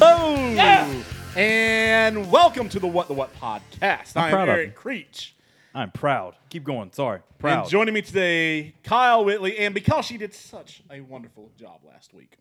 Oh! And welcome to the What the What podcast. I'm I am proud of Eric you. Creech. I'm proud. Keep going. Sorry. Proud. And joining me today, Kyle Whitley. And because she did such a wonderful job last week,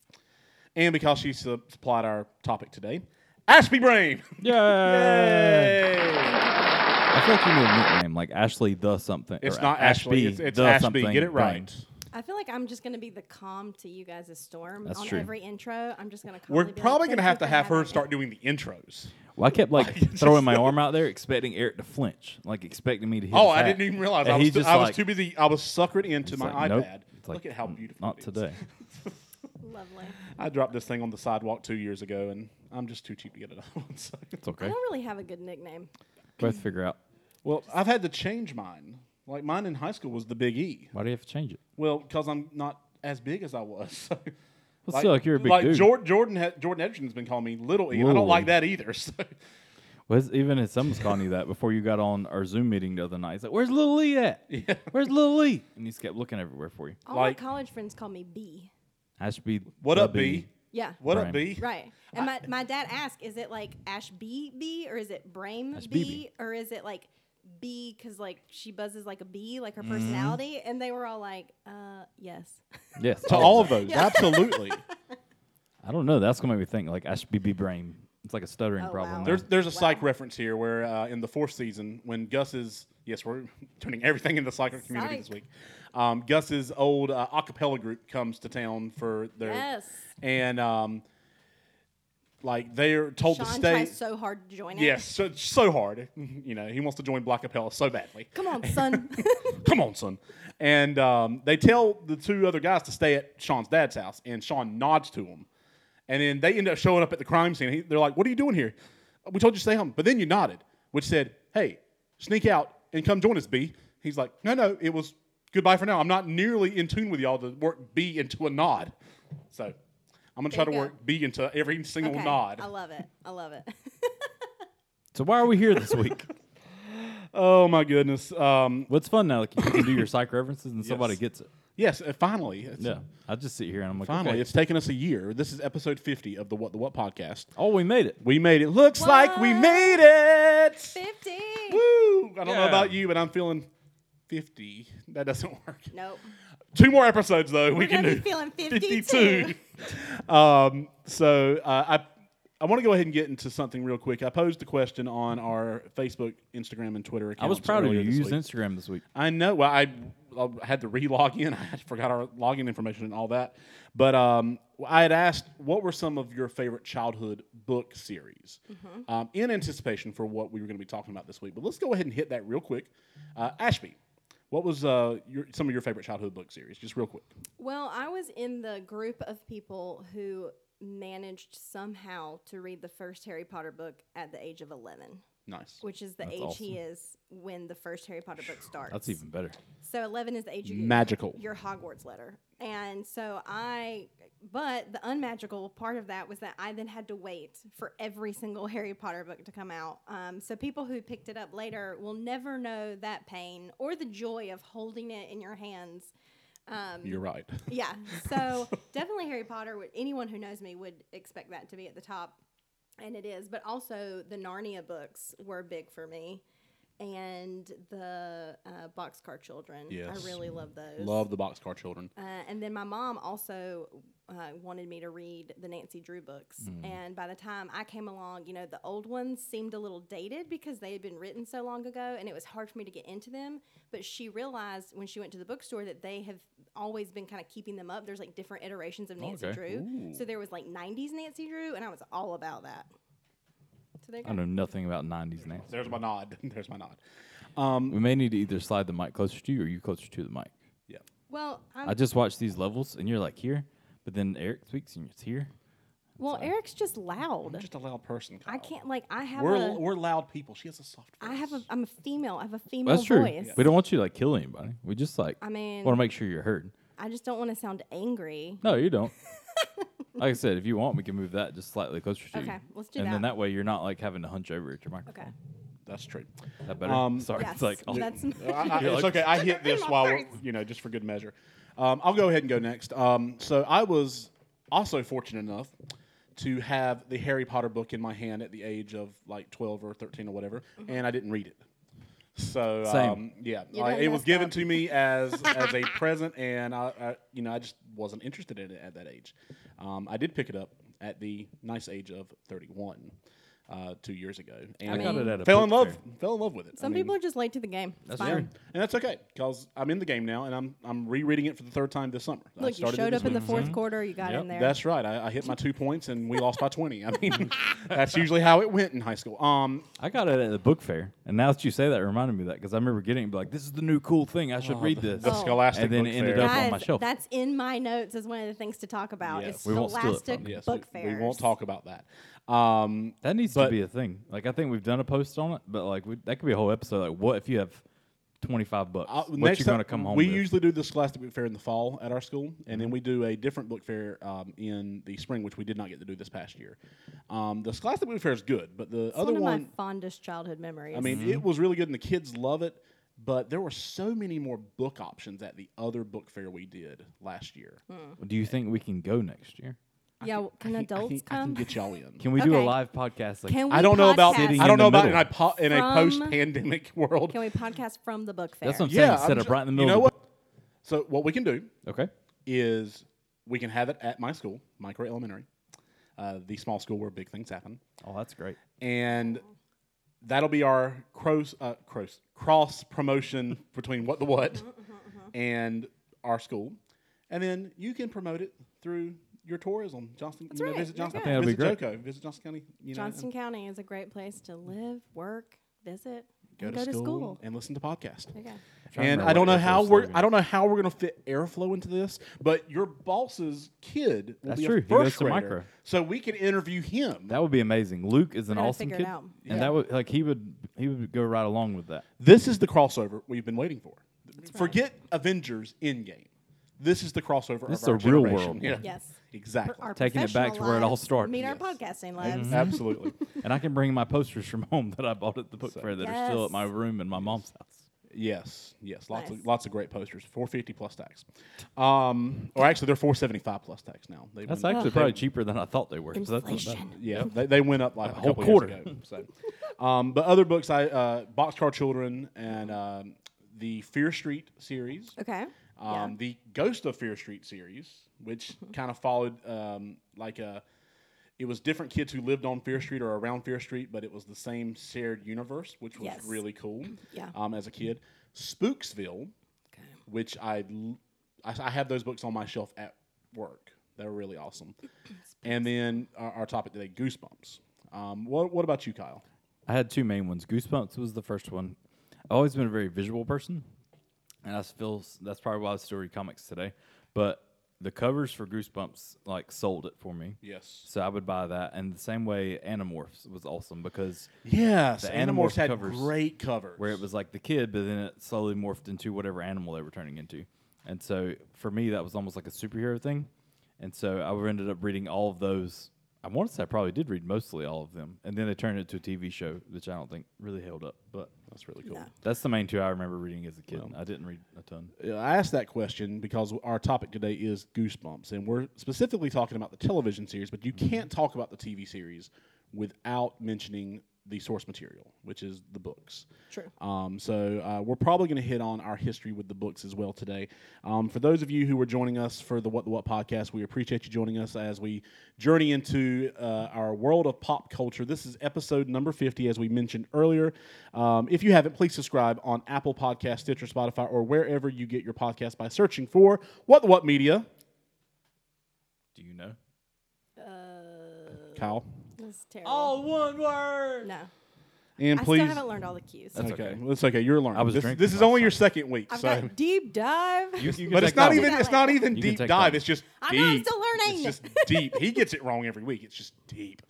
and because she su- supplied our topic today, Ashby Brain. Yay. Yay. I feel like you need a nickname like Ashley the something. It's or not Ashby. Ashley. It's, it's the Ashby. something Get it Brain. right. I feel like I'm just going to be the calm to you guys' storm That's on true. every intro. I'm just going to. We're probably going to have to have her start doing the intros. Well, I kept like throwing my arm out there, expecting Eric to flinch, like expecting me to. Hit Oh, his I hat. didn't even realize. And I was, he too, just I was like- too busy. I was suckered into it's my like, nope. iPad. It's like, Look at how "Mm, beautiful. Not it is. today. Lovely. I dropped this thing on the sidewalk two years ago, and I'm just too cheap to get another one. So. It's I okay. don't really have a good nickname. Both figure out Well, I've had to change mine. Like mine in high school was the Big E. why do you have to change it. Well, because I'm not as big as I was. So. Well, still, like, you're a big like dude. Jor- Jordan, ha- Jordan Edgerton's been calling me Little E. and I Little don't like E. that either. So Was even if someone's calling you that before you got on our Zoom meeting the other night, he's like, "Where's Little Lee at? Where's Little Lee?" And he just kept looking everywhere for you. All Like- my college friends call me B. Ashby. what the up, B? Yeah. What up, Right. B? Right. And my, my dad asked, is it like Ash B B or is it Brame Ash B, B B. or is it like B because like she buzzes like a bee, like her Mm-hmm. personality? And they were all like, uh, yes. Yes. To all of those, absolutely. I don't know. That's gonna make me think like Ashby B brain. It's like a stuttering Oh, problem. wow. there. There's there's a psych reference here where uh, in the fourth season when Gus's yes we're turning everything into psych community this Psych. week. Um, Gus's old uh, a cappella group comes to town for their Yes. and um, like they're told Sean to stay. tries so hard to join it. yes, so, so hard. You know he wants to join Black Capella so badly. Come on, son. Come on, son. And um, they tell the two other guys to stay at Sean's dad's house, and Sean nods to them. And then they end up showing up at the crime scene. He, they're like, What are you doing here? We told you to stay home. But then you nodded, which said, Hey, sneak out and come join us, B. He's like, No, no, it was goodbye for now. I'm not nearly in tune with y'all to work B into a nod. So I'm going to try There to you go. work B into every single Okay. nod. I love it. I love it. So why are we here this week? oh, my goodness. Um, What's fun now? Like you can do your psych references and somebody gets it. yes, uh, finally. It's- Yeah. I just sit here and I'm like, Finally, okay. it's taken us a year. This is episode 50 of the What the What podcast. oh, we made it. We made it. Looks like we What? made it. 50. Woo! I don't know Yeah. about you, but I'm feeling 50. That doesn't work. Nope. Two more episodes, though. we We're can gonna do be feeling 52. um, so uh, I, I want to go ahead and get into something real quick. I posed a question on our Facebook, Instagram, and Twitter accounts. I was proud of you. earlier You this used week. Instagram this week. I know. Well, I, I had to re-log in. I forgot our login information and all that. But um, I had asked, what were some of your favorite childhood book series? Mm-hmm. Um, in anticipation for what we were going to be talking about this week. But let's go ahead and hit that real quick. Uh, Ashby, what was uh, your, some of your favorite childhood book series? Just real quick. Well, I was in the group of people who managed somehow to read the first Harry Potter book at the age of 11, Nice. which is the That's age awesome. he is when the first Harry Potter book starts. That's even better. So 11 is the age you Magical. your Hogwarts letter. And so I, but the unmagical part of that was that I then had to wait for every single Harry Potter book to come out. Um, so people who picked it up later will never know that pain or the joy of holding it in your hands. Um, You're right. yeah. So definitely Harry Potter. Would, anyone who knows me would expect that to be at the top, and it is. But also the Narnia books were big for me, and the uh, Boxcar Children. Yes. I really love those. Love the Boxcar Children. Uh, and then my mom also uh, wanted me to read the Nancy Drew books. Hmm. And by the time I came along, you know, the old ones seemed a little dated because they had been written so long ago and it was hard for me to get into them. But she realized when she went to the bookstore that they have always been kind of keeping them up. There's like different iterations of Nancy Okay. Drew. So there was like 90s Nancy Drew, and I was all about that. So there you I go. know nothing about 90s now. There's my nod. There's my nod. Um, We may need to either slide the mic closer to you or you closer to the mic. Yeah. Well, I'm, I just watched these levels and you're like here, but then Eric speaks and it's here. well, Eric's just I'm loud. just a loud person. I Kyle. can't like I have We're, a we're loud people. She has a soft voice. I have a I'm a female. I have a female That's true. voice. We don't want you to like kill anybody. We just like I mean- want to make sure you're heard. I just don't want to sound angry. No, you don't. like I said, if you want, we can move that just slightly closer to you. Okay, let's do and then that. that way you're not like having to hunch over at your microphone. Okay. That's true. Is that better? Um, Sorry, Yes. it's like oh, that's I- I- You're it's like- okay. I hit this while we're, you know, just for good measure. Um, I'll go ahead and go next. Um, so I was also fortunate enough to have the Harry Potter book in my hand at the age of like 12 or 13 or whatever, and I didn't read it. So Same. um, yeah, Mm-hmm. You like, done it was messed given up. to me as as a present, and I, I you know I just wasn't interested in it at that age. Um, I did pick it up at the nice age of 31. Uh, two years ago, and got it at a fell in love. book fair. Fell in love with it. I Some mean- people are just late to the game. It's That's fine. true. and that's okay because I'm in the game now, and I'm I'm rereading it for the third time this summer. I Look, you started it showed this up in the week. 4th quarter. You got Mm-hmm. Yep. in there. That's right. I, I hit my two points, and we lost by 20. I mean, that's usually how it went in high school. Um, I got it at the book fair, and now that you say that, it reminded me of that because I remember getting it, and be like, "This is the new cool thing. I should read this." the Oh. Scholastic And then Book it ended Fair. up- on Guys, my shelf. That's in my notes as one of the things to talk about. Yes. It's We won't steal it from Scholastic you. Yes, Book we, Fairs. we won't talk about that. Um, That needs But- to be a thing. Like I think we've done a post on it, but like we, that could be a whole episode. Like, what if you have twenty five bucks? I- what uh, next you gonna time- come home? We with? Mm-hmm. usually do the Scholastic Book Fair in the fall at our school, and then we do a different book fair um, in the spring, which we did not get to do this past year. Um, the Scholastic Book Fair is good, but the It's other one of one my fondest childhood memories. I Mm-hmm. mean, it was really good, and the kids love it. But there were so many more book options at the other book fair we did last year. Do you think we can go next year? yeah, w- Hmm. can I adults can, I can come? get y'all in. Can we do a Okay. live podcast? Like, Can we I don't know about podcast- Sitting I in don't the know about in middle. a, po- in a From- post-pandemic world. Can we podcast from the book fair? that's what I'm saying. yeah, Set I'm up sure- right in the middle. You know of what? So what we can do the- Okay. is we can have it at my school, Micro Elementary, uh, the small school where big things happen, Oh, that's great. and that'll be our cross uh, cross cross promotion between what the what Uh-huh, and our school, and then you can promote it through your tourism. Johnston, you know, right. visit You're Johnston, good. I think visit Joco, that'd be visit Johnston County, you know, Johnston and County is a great place to live, work, visit, go, and to, school and listen to podcasts. There you go. trying to And remember I don't what know Airflow's how we're slogan I don't know how we're gonna fit airflow into this, but your boss's kid will That's be true. a He goes first to grader, micro. so we can interview him. That would be amazing. Luke is an gotta awesome figure it kid, out. and Yeah. that would like he would he would go right along with that. This is the crossover we've been waiting for. Forget Avengers Endgame. This is the crossover. This of our is the real generation. world. Yeah. Yes. Exactly. Our Taking it back to where it all Mm-hmm. professional lives started. Meet our Yes. podcasting lives. Absolutely. And I can bring my posters from home that I bought at the book fair that are still Yes. at my room in my mom's house. yes. Yes. Lots of Nice. lots of great posters. Four fifty plus tax. Um, or actually, they're four seventy five plus tax now. They That's went- actually probably cheaper than I thought they were. so that's not bad. Inflation. Yeah, they, they went up like a, whole couple quarter. Years ago, so. um, but other books, I uh, Boxcar Children and um, the Fear Street series, Okay. um, the Ghost of Fear Street series, which Mm-hmm. kind of followed um, like a. It was different kids who lived on Fear Street or around Fear Street, but it was the same shared universe, which was Yes. really cool. Yeah. Um, as a kid, Spooksville, Okay. which I, l- I I have those books on my shelf at work. They're really awesome. and then our, our topic today, Goosebumps. Um, what what about you, Kyle? I had two main ones. Goosebumps was the first one. I've always been a very visual person, and I feel s- that's probably why I still read comics today. But the covers for Goosebumps like sold it for me. Yes. So I would buy that, and the same way Animorphs was awesome because Yes. The Animorphs Animorphs had covers, great covers. where it was like the kid, but then it slowly morphed into whatever animal they were turning into. And so for me, that was almost like a superhero thing. And so I ended up reading all of those. I want to say I probably did read mostly all of them, and then they turned it to a TV show, which I don't think really held up. But That's really cool. No. That's the main two I remember reading as a kid. I didn't read a ton. Yeah, I asked that question because our topic today is Goosebumps, and we're specifically talking about the television series, but you can't talk about the TV series without mentioning the source material, which is the books. True. Um, so uh, we're probably going to hit on our history with the books as well today. Um, for those of you who were joining us for the What the What podcast, we appreciate you joining us as we journey into uh, our world of pop culture. This is episode number 50, as we mentioned earlier. Um, if you haven't, please subscribe on Apple Podcast, Stitcher, Spotify, or wherever you get your podcast by searching for What the What Media. Do you know? Kyle. That's terrible. one word. Oh, No. And I please. still haven't learned all the cues. That's okay. okay. Well, it's okay. You're learning. I was this, drinking this is last only your second week, I've so. got deep dive. but it's not even one. it's not even You can deep take dive. that. It's just I deep. know, I'm still learning. It's just deep. He gets it wrong every week. It's just deep.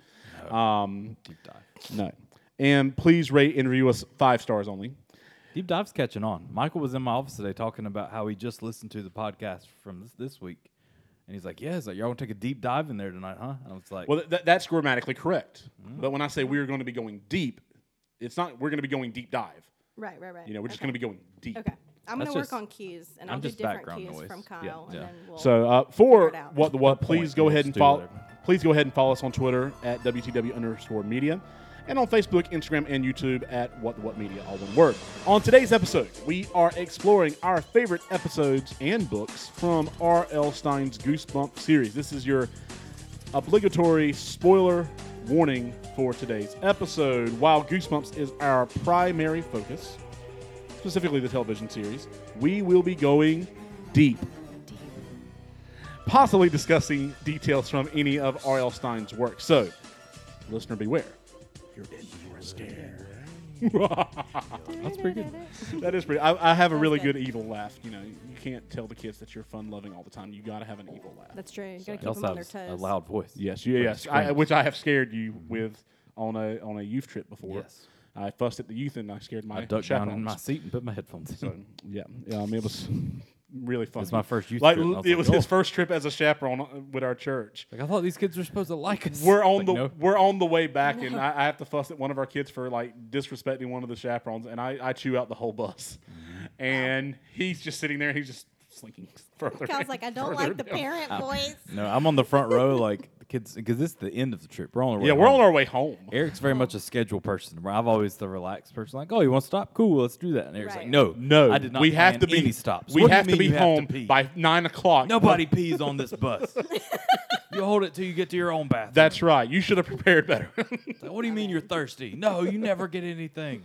Um, Deep dive. no. And please rate and review us five stars only. Deep dive's catching on. Michael was in my office today talking about how he just listened to the podcast from this, this week, and he's like, "Yeah, it's like y'all gonna take a deep dive in there tonight, huh?" And I was like, Well, th- that's grammatically correct. Mm. But when I say we're going to be going deep, it's not we're going to be going deep dive. Right, right, right. You know, we're just Okay. going to be going deep. Okay. I'm going That's to work just- on cues and I'm I'll do just different background cues noise. from Kyle Yeah, and yeah. then we'll So uh, for Figure it out. what the what, Good please point. go Let's ahead and do follow. whatever. Please go ahead and follow us on Twitter at WTW underscore media and on Facebook, Instagram, and YouTube at What the What Media, all one word. On today's episode, we are exploring our favorite episodes and books from R.L. Stein's Goosebump series. This is your obligatory spoiler warning for today's episode. While Goosebumps is our primary focus, specifically the television series, we will be going deep, possibly discussing details from any of R.L. Stein's work. So, listener, beware. You're in for a scare. That's pretty good. That is pretty. I, I have a That's really good. good evil laugh. You know, you can't tell the kids that you're fun loving all the time. You got to have an evil laugh. That's true. You gotta It keep them also on their has a toes. loud voice. Yes, you- yes, I, screams. which I have scared you with on a on a youth trip before. Yes. I fussed at the youth and I scared my I ducked down in chaperones. my seat and put my headphones in. So, yeah, yeah, I mean, it was really fun. It's my first youth like, trip, and I l- was It like, was his "Oh." first trip as a chaperone uh, with our church. Like I thought these kids were supposed to like us. We're on Like, the no. we're on the way back, and I, I have to fuss at one of our kids for like disrespecting one of the chaperones, and I, I chew out the whole bus, Mm-hmm. and he's just sitting there, and he's just slinking further. I was and like, I don't further like the down. parent voice. No, I'm on the front row, like the kids, because this is the end of the trip. We're on our way. Yeah, we're home. on our way home. Eric's very much a schedule person. Where I've always the relaxed person, like, oh, you want to stop? Cool, let's do that. And Eric's like, Right. no, No, I did not. We have plan to be any stops. We What do you have to mean be you have home pee? by nine o'clock. Nobody pees on this bus. you hold it till you get to your own bathroom. That's right. You should have prepared better. Like, what do you mean you're thirsty? No, you never get anything.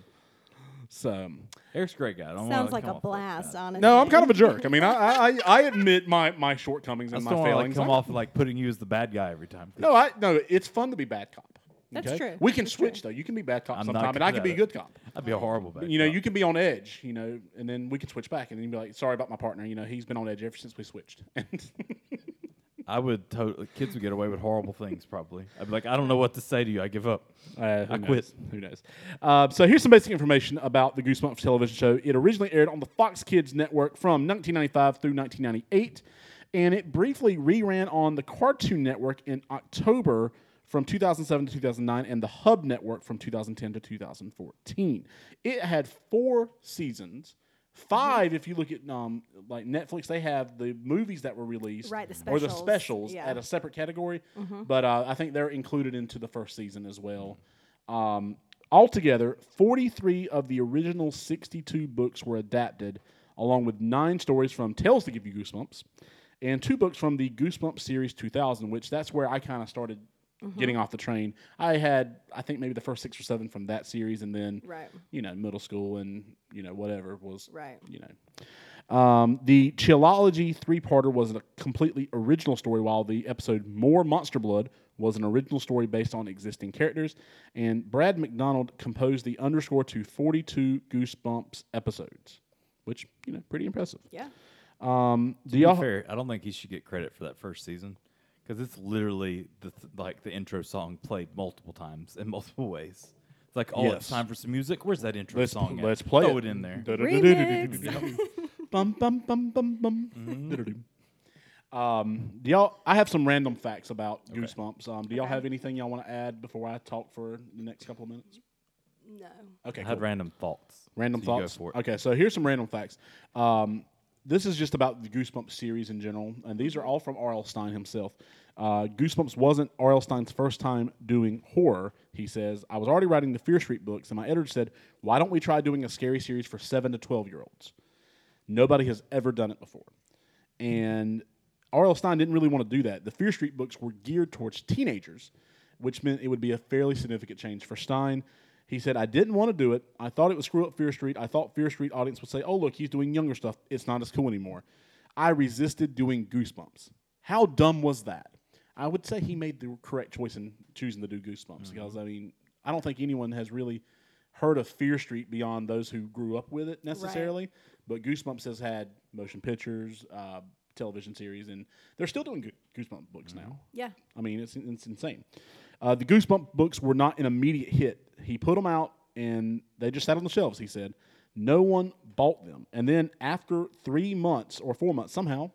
so Eric's a great guy. I don't wanna Sounds like come a off blast, honestly. no, I'm kind of a jerk. I mean, I I, I- I admit my my shortcomings I and my just don't want to like, failings. come I- off like putting you as the bad guy every time. No, I no. It's fun to be bad cop. That's true. We can That's switch true. though. You can be bad cop I'm not sometime, and good I can at be it. good cop. I'd be a horrible bad. You know, cop. you can be on edge. You know, and then we can switch back, and then you'd be like, "Sorry about my partner. You know, he's been on edge ever since we switched." I would totally. Kids would get away with horrible things. Probably. I'd be like, I don't know what to say to you. I give up. Uh, who I knows? quit. Who knows? Uh, so here's some basic information about the Goosebumps television show. It originally aired on the Fox Kids network from 1995 through 1998, and it briefly reran on the Cartoon Network in October from 2007 to 2009 and the Hub Network from 2010 to 2014. It had four seasons. Five, if you look at um, like Netflix, they have the movies that were released Right, the or the specials. specials Yeah. Mm-hmm. at a separate category, but uh, I think they're included into the first season as well. Um, altogether, 43 of the original 62 books were adapted, along with nine stories from Tales to Give You Goosebumps and two books from the Goosebumps series 2000, which that's where I kind of started Mm-hmm. getting off the train. I had, I think, maybe the first six or seven from that series, and then, Right. you know, middle school and, you know, whatever was, Right. you know, um, the Chillology three-parter was a completely original story, while the episode More Monster Blood was an original story based on existing characters. And Brad McDonald composed the underscore to 42 Goosebumps episodes, which, you know, pretty impressive. Yeah. Um, do To be y'all, fair, I don't think he should get credit for that first season because it's literally the th- like the intro song played multiple times in multiple ways. It's like, oh, Yes. it's time for some music. Where's that intro let's, song? at? let's play Throw it. it. in there. Da-da-da-da-da-da-da-da. Bum, bum, bum, bum, bum. Da-da-doo. Um, do y'all, I have some random facts about Goosebumps. Um, do y'all Okay. have anything y'all want to add before I talk for the next couple of minutes? No. Okay, cool. I had random thoughts. Random So you thoughts. Go for it. Okay, so here's some random facts. Um, this is just about the Goosebumps series in general, and these are all from R.L. Stein himself. Uh, Goosebumps wasn't R.L. Stein's first time doing horror. He says, "I was already writing the Fear Street books, and my editor said, why don't we try doing a scary series for seven to twelve year olds? Nobody has ever done it before." And R.L. Stein didn't really want to do that. The Fear Street books were geared towards teenagers, which meant it would be a fairly significant change for Stein. He said, I didn't want to do it. I thought it would screw up Fear Street. I thought Fear Street audience would say, oh, look, he's doing younger stuff. It's not as cool anymore. I resisted doing Goosebumps. How dumb was that? I would say he made the correct choice in choosing to do Goosebumps because, I mean, I don't think anyone has really heard of Fear Street beyond those who grew up with it necessarily. But Goosebumps has had motion pictures, uh, television series, and they're still doing Goo- Goosebumps books now. Yeah. I mean, it's, it's insane. Uh, the Goosebump books were not an immediate hit. He put them out and they just sat on the shelves, he said. No one bought them. And then after three months or four months, somehow,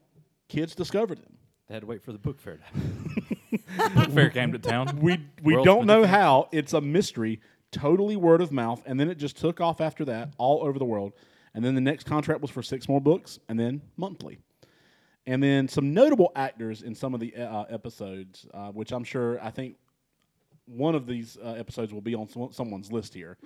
kids discovered them. They had to wait for the book fair. to happen. book fair came to town. We, we World's don't been know how. It's a mystery. Totally word of mouth. And then it just took off after that all over the world. And then the next contract was for six more books and then monthly. and then some notable actors in some of the uh, episodes, uh, which I'm sure I think one of these uh, episodes will be on some, someone's list here.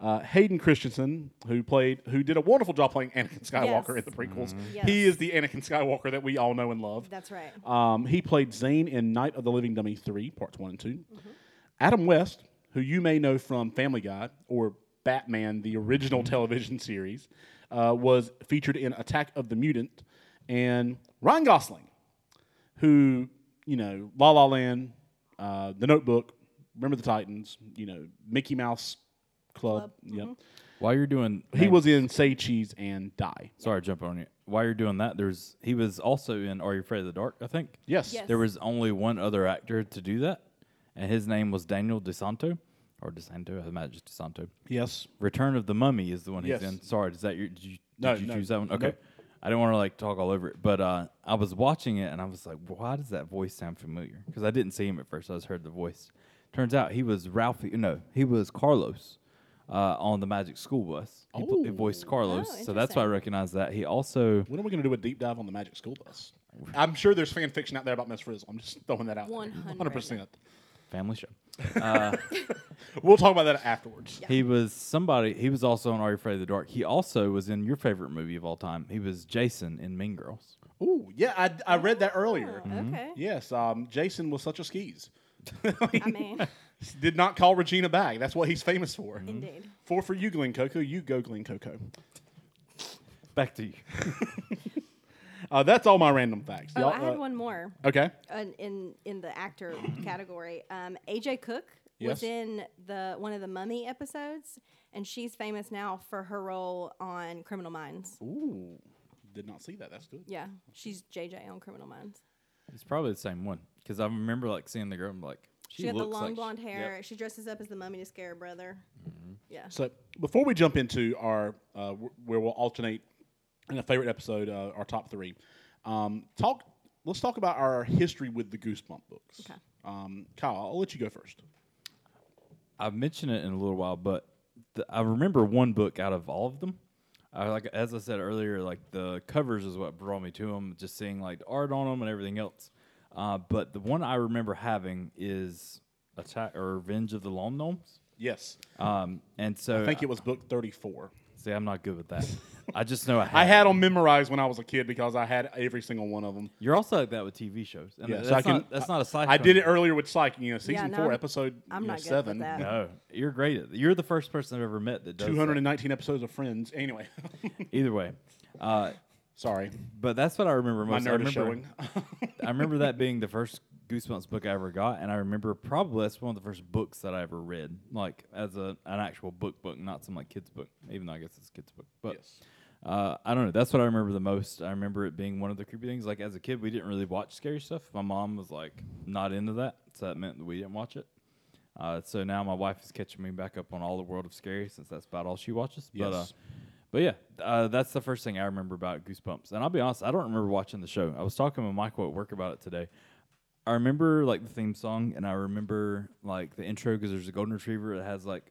Uh, Hayden Christensen, who played, who did a wonderful job playing Anakin Skywalker in Yes. the prequels. Yes. He is the Anakin Skywalker that we all know and love. That's right. Um, he played Zane in Night of the Living Dummy 3, parts 1 and 2. Adam West, who you may know from Family Guy or Batman, the original television series, uh, was featured in Attack of the Mutant. And Ryan Gosling, who, you know, La La Land, uh, The Notebook, Remember the Titans, you know, Mickey Mouse Club. Yep. While you're doing, He was in Say Cheese and Die. Sorry, to jump on you. While you're doing that, there's he was also in Are You Afraid of the Dark? I think. Yes. Yes. There was only one other actor to do that, and his name was Daniel DeSanto, or DeSanto. I imagine it's DeSanto. Yes. Return of the Mummy is the one Yes. he's in. Sorry, is that your? Did you, did No, you no, choose that one? nope. Okay. I didn't want to like talk all over it, but uh, I was watching it and I was like, "Why does that voice sound familiar?" Because I didn't see him at first; I just heard the voice. Turns out he was Ralphie. No, he was Carlos uh, on the Magic School Bus. He, pl- he voiced Carlos, Oh, so that's why I interesting. recognize that. He also When are we going to do a deep dive on the Magic School Bus? I'm sure there's fan fiction out there about Miss Frizzle. I'm just throwing that out. there. 100. 100%. family show. We'll talk about that afterwards. He was somebody. He was also on Are You Afraid of the Dark. He also was in your favorite movie of all time. He was Jason in Mean Girls. Ooh, yeah, I, I read that earlier. Oh, Okay. Mm-hmm. Yes, um, Jason was such a skis. I mean, Did not call Regina back. That's what he's famous for. indeed. Four for you, Glen Coco. You go, Glen Coco. Back to you. Uh, that's all my random facts. Oh, Y'all, I had uh, one more Okay. in in, in the actor category. Um, AJ Cook Yes. was in the one of the Mummy episodes, and she's famous now for her role on Criminal Minds. Ooh, did not see that. That's good. Yeah, she's JJ on Criminal Minds. It's probably the same one because I remember like seeing the girl. and like she, She, got the looks long like she- blonde hair. She dresses up as the mummy to scare her brother. Yeah. So before we jump into our uh, w- where we'll alternate in a favorite episode, uh, our top three, um, talk. Let's talk about our history with the Goosebump books. Okay. Um, Kyle, I'll let you go first. I've mentioned it in a little while, but th- I remember one book out of all of them. I, like as I said earlier, like the covers is what brought me to them. Just seeing like the art on them and everything else. Uh, but the one I remember having is Attack or Revenge of the Lone Gnomes. Yes, Um, and so I think it was book thirty-four. See, I'm not good with that. I just know I had. I had them memorized when I was a kid because I had every single one of them. You're also like that with TV shows. And Yeah, that's, so I can. not, that's not a sci I did it earlier with Psych. You know, season no, four, I'm- episode I'm you know, not good with seven. that. No, you're great. At, you're the first person I've ever met that does Two that. hundred and nineteen episodes of Friends. Anyway, Either way, uh, sorry, but that's what I remember my most. I nerd remember, is showing. I remember that being the first Goosebumps book I ever got, and I remember probably that's one of the first books that I ever read, like as a an actual book book, not some like kids book. Even though I guess it's a kids book, but Yes. uh, I don't know. That's what I remember the most. I remember it being one of the creepy things. Like as a kid, we didn't really watch scary stuff. My mom was like not into that, so that meant that we didn't watch it. Uh, so now my wife is catching me back up on all the world of scary since that's about all she watches. But, uh, Yes. but yeah, uh, that's the first thing I remember about Goosebumps. And I'll be honest, I don't remember watching the show. I was talking with Michael at work about it today. I remember like the theme song, and I remember like the intro because there's a golden retriever that has like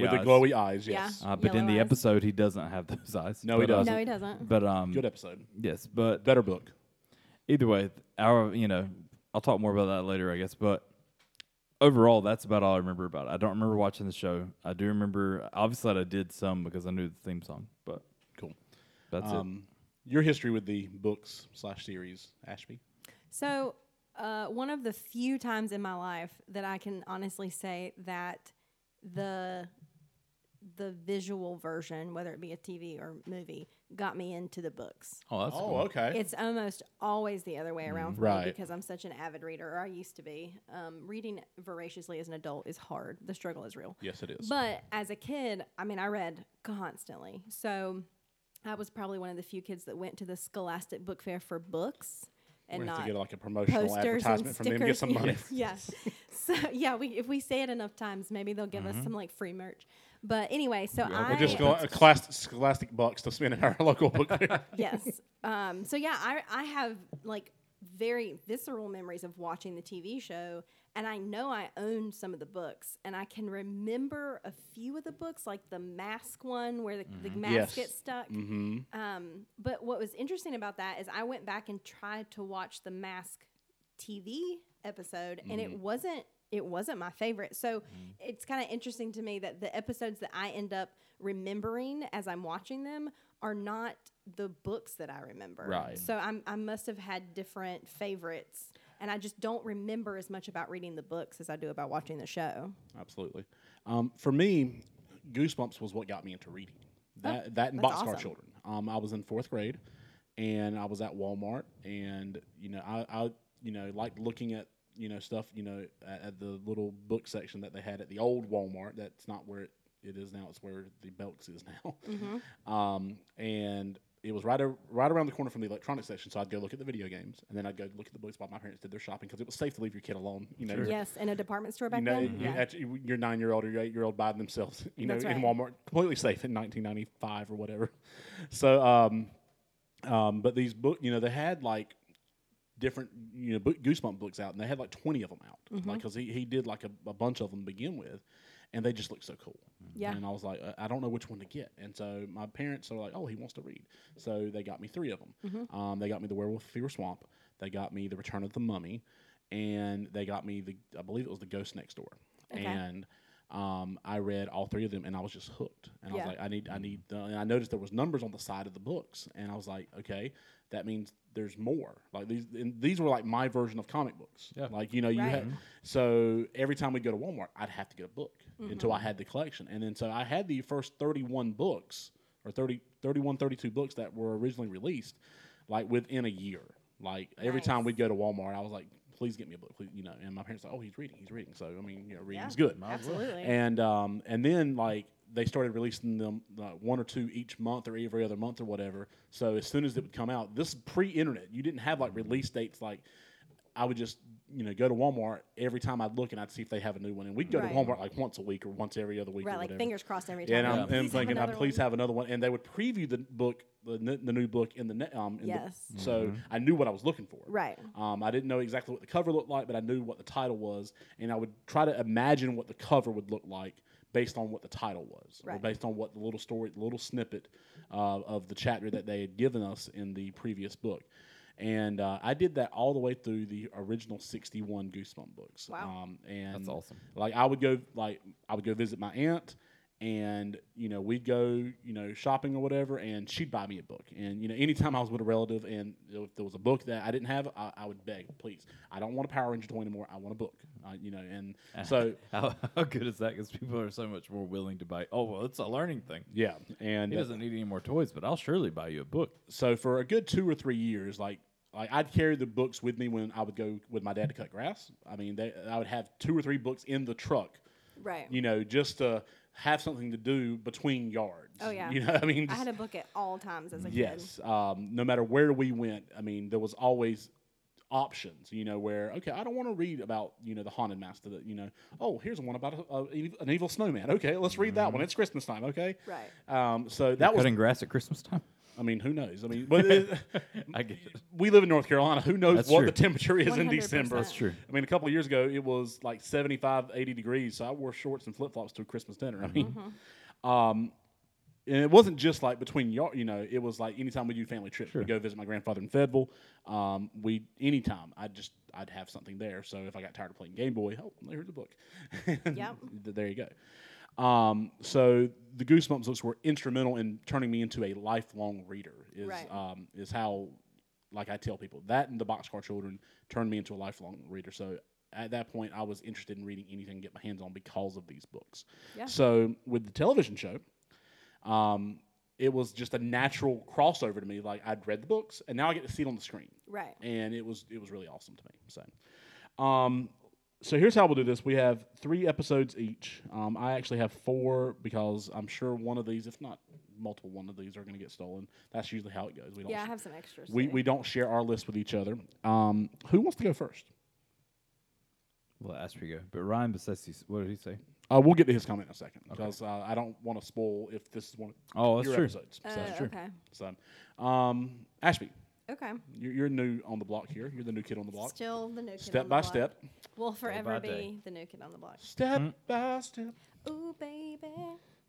with the eyes. glowy eyes. Yes. Yeah. uh, but in Yellow the eyes. episode, he doesn't have those eyes. No, he But, uh, doesn't. No, he doesn't. But um, Good episode. yes, but Better book. either way, th- our you know, I'll talk more about that later, I guess. But overall, that's about all I remember about it. I don't remember watching the show. I do remember, obviously, that I did some because I knew the theme song, but Cool. that's it. Um, your history with the books slash series, Ashby. So, uh, one of the few times in my life that I can honestly say that the the visual version, whether it be a TV or movie, got me into the books. Oh, that's Oh, okay. Mm, It's almost always the other way around for Right. me because I'm such an avid reader, or I used to be. Um, reading voraciously as an adult is hard. The struggle is real. yes, it is. But as a kid, I mean, I read constantly. So I was probably one of the few kids that went to the Scholastic Book Fair for books and we have not to get like a promotional posters and advertisement from them. Get stickers. some money. yeah. So yeah, we if we say it enough times, maybe they'll give us some like free merch. But anyway, so I Mm-hmm. We're just going a class, scholastic bucks to spend at our local book fair. yes. Um, so yeah, I I have like very visceral memories of watching the TV show. And I know I owned some of the books, and I can remember a few of the books, like the mask one where the, the mask Yes. gets stuck. Mm-hmm. Um, but what was interesting about that is I went back and tried to watch the Mask TV episode, and it Mm-hmm. wasn't it wasn't my favorite. So it's kind of interesting to me that the episodes that I end up remembering as I'm watching them are not the books that I remember. Right. So I'm, I must have had different favorites. And I just don't remember as much about reading the books as I do about watching the show. Absolutely. Um, for me, Goosebumps was what got me into reading. That that and Oh, that's Boxcar awesome. Children. Um, I was in fourth grade, and I was at Walmart, and you know, I, I you know like looking at you know stuff you know at, at the little book section that they had at the old Walmart. That's not where it, it is now. It's where the Belks is now. Mm-hmm. Um, and it was right a, right around the corner from the electronics section, so I'd go look at the video games, and then I'd go look at the books while my parents did their shopping because it was safe to leave your kid alone. You know, Yes, in a department store back you know, then. you- at- you- your nine year old or your eight year old by themselves, you know, That's in right. Walmart, completely safe in 1995 or whatever. So, um, um, but these book, you know, they had like different, you know, book, Goosebump books out, and they had like 20 of them out, Mm-hmm. like because he, he did like a, a bunch of them to begin with, and they just looked so cool. Yeah. And I was like, "Uh, I don't know which one to get, and so my parents are like, oh, he wants to read, so they got me three of them. Mm-hmm. Um, they got me the Werewolf of Fever Swamp, they got me the Return of the Mummy, and they got me the I believe it was the Ghost Next Door, Okay. and um, I read all three of them, and I was just hooked. And I Yeah. was like, I need, I need. The, and I noticed there was numbers on the side of the books, and I was like, okay, that means there's more. Like these, and these were like my version of comic books. Yeah. Like you know, you Right. had. So every time we would go to Walmart, I'd have to get a book until Mm-hmm. I had the collection, and then so I had the first 31 books or 30, 31, 32 books that were originally released, like within a year. Like every Nice. time we'd go to Walmart, I was like, please get me a book, please, you know. And my parents were like, oh, he's reading, he's reading. So I mean, you know, reading's good. Absolutely. And um, and then like they started releasing them like, one or two each month or every other month or whatever. So as soon as it would come out, this is pre-internet, you didn't have Mm-hmm. like release dates. Like I would just you know go to Walmart every time I'd look and I'd see if they have a new one, and we'd go Right. to Walmart like once a week or once every other week. right, or like whatever. fingers crossed every time. Yeah, and Like, I'm, and I'm thinking, "Please have I another please one." have another one. And they would preview the book, the, n- the new book in the ne- um. In Yes. The, so Mm-hmm. I knew what I was looking for. Right. Um, I didn't know exactly what the cover looked like, but I knew what the title was, and I would try to imagine what the cover would look like based on what the title was, or Right. based on what the little story, the little snippet uh, of the chapter that they had given us in the previous book. And uh, I did that all the way through the original 61 Goosebump books. Wow. Um, and That's awesome. like I would go like I would go visit my aunt and you know we'd go you know shopping or whatever and she'd buy me a book and you know anytime I was with a relative and if there was a book that I didn't have I, I would beg please I don't want a Power Ranger toy anymore I want a book uh, you know and so How, how good is that? Because people are so much more willing to buy. Oh well, it's a learning thing. yeah and He doesn't need any more toys, but I'll surely buy you a book. so for a good two or three years, like like I'd carry the books with me when I would go with my dad to cut grass. I mean, they, I would have two or three books in the truck, Right. you know, just to have something to do between yards. Oh, yeah. you know, I mean, I had just- a book at all times as a yes, um, no matter where we went, I mean, there was always options, you know, where okay, I don't want to read about you know the haunted master, that you know, oh, here's one about a, a, an evil snowman. Okay, let's read that one. It's Christmas time. Okay, Right. Um, so that was, Mm-hmm. Cutting grass at Christmas time. I mean, who knows? I mean, but. It, I get it. we live in North Carolina. Who knows That's what true. the temperature is in 100%. December? That's true. I mean, a couple of years ago, it was like 75, 80 degrees. So I wore shorts and flip flops to a Christmas dinner. I mean, um, and it wasn't just like between y'all, you know, it was like anytime we do family trips, we go visit my grandfather in Fayetteville. Um, we, anytime, I just, I'd have something there. So if I got tired of playing Game Boy, oh, here's a book. Yep. There you go. Um, so the Goosebumps books were instrumental in turning me into a lifelong reader. Is Right. um, is how, like I tell people, that and the Boxcar Children turned me into a lifelong reader. So at that point, I was interested in reading anything to get my hands on because of these books. Yeah. So with the television show, um, it was just a natural crossover to me. Like I'd read the books, and now I get to see it on the screen Right. and it was it was really awesome to me. So, um, so here's how we'll do this: we have three episodes each. Um, I actually have four because I'm sure one of these, if not multiple, one of these are going to get stolen. That's usually how it goes. We don't. Yeah, I sh- have some extras. we, too. we don't share our list with each other. Um, who wants to go first? Well, Astrigo. But Ryan Besessi, what did he say? Uh, we'll get to his comment in a second because uh, I don't want to spoil if this is one of Oh, that's your true. episodes. Uh, so, Okay. so, um, Ashby, Okay. You're, you're new on the block here. You're the new kid on the block. Still the new kid Step on the by block. step. We'll forever by be day. the new kid on the block. Step Mm. by step. Ooh, baby.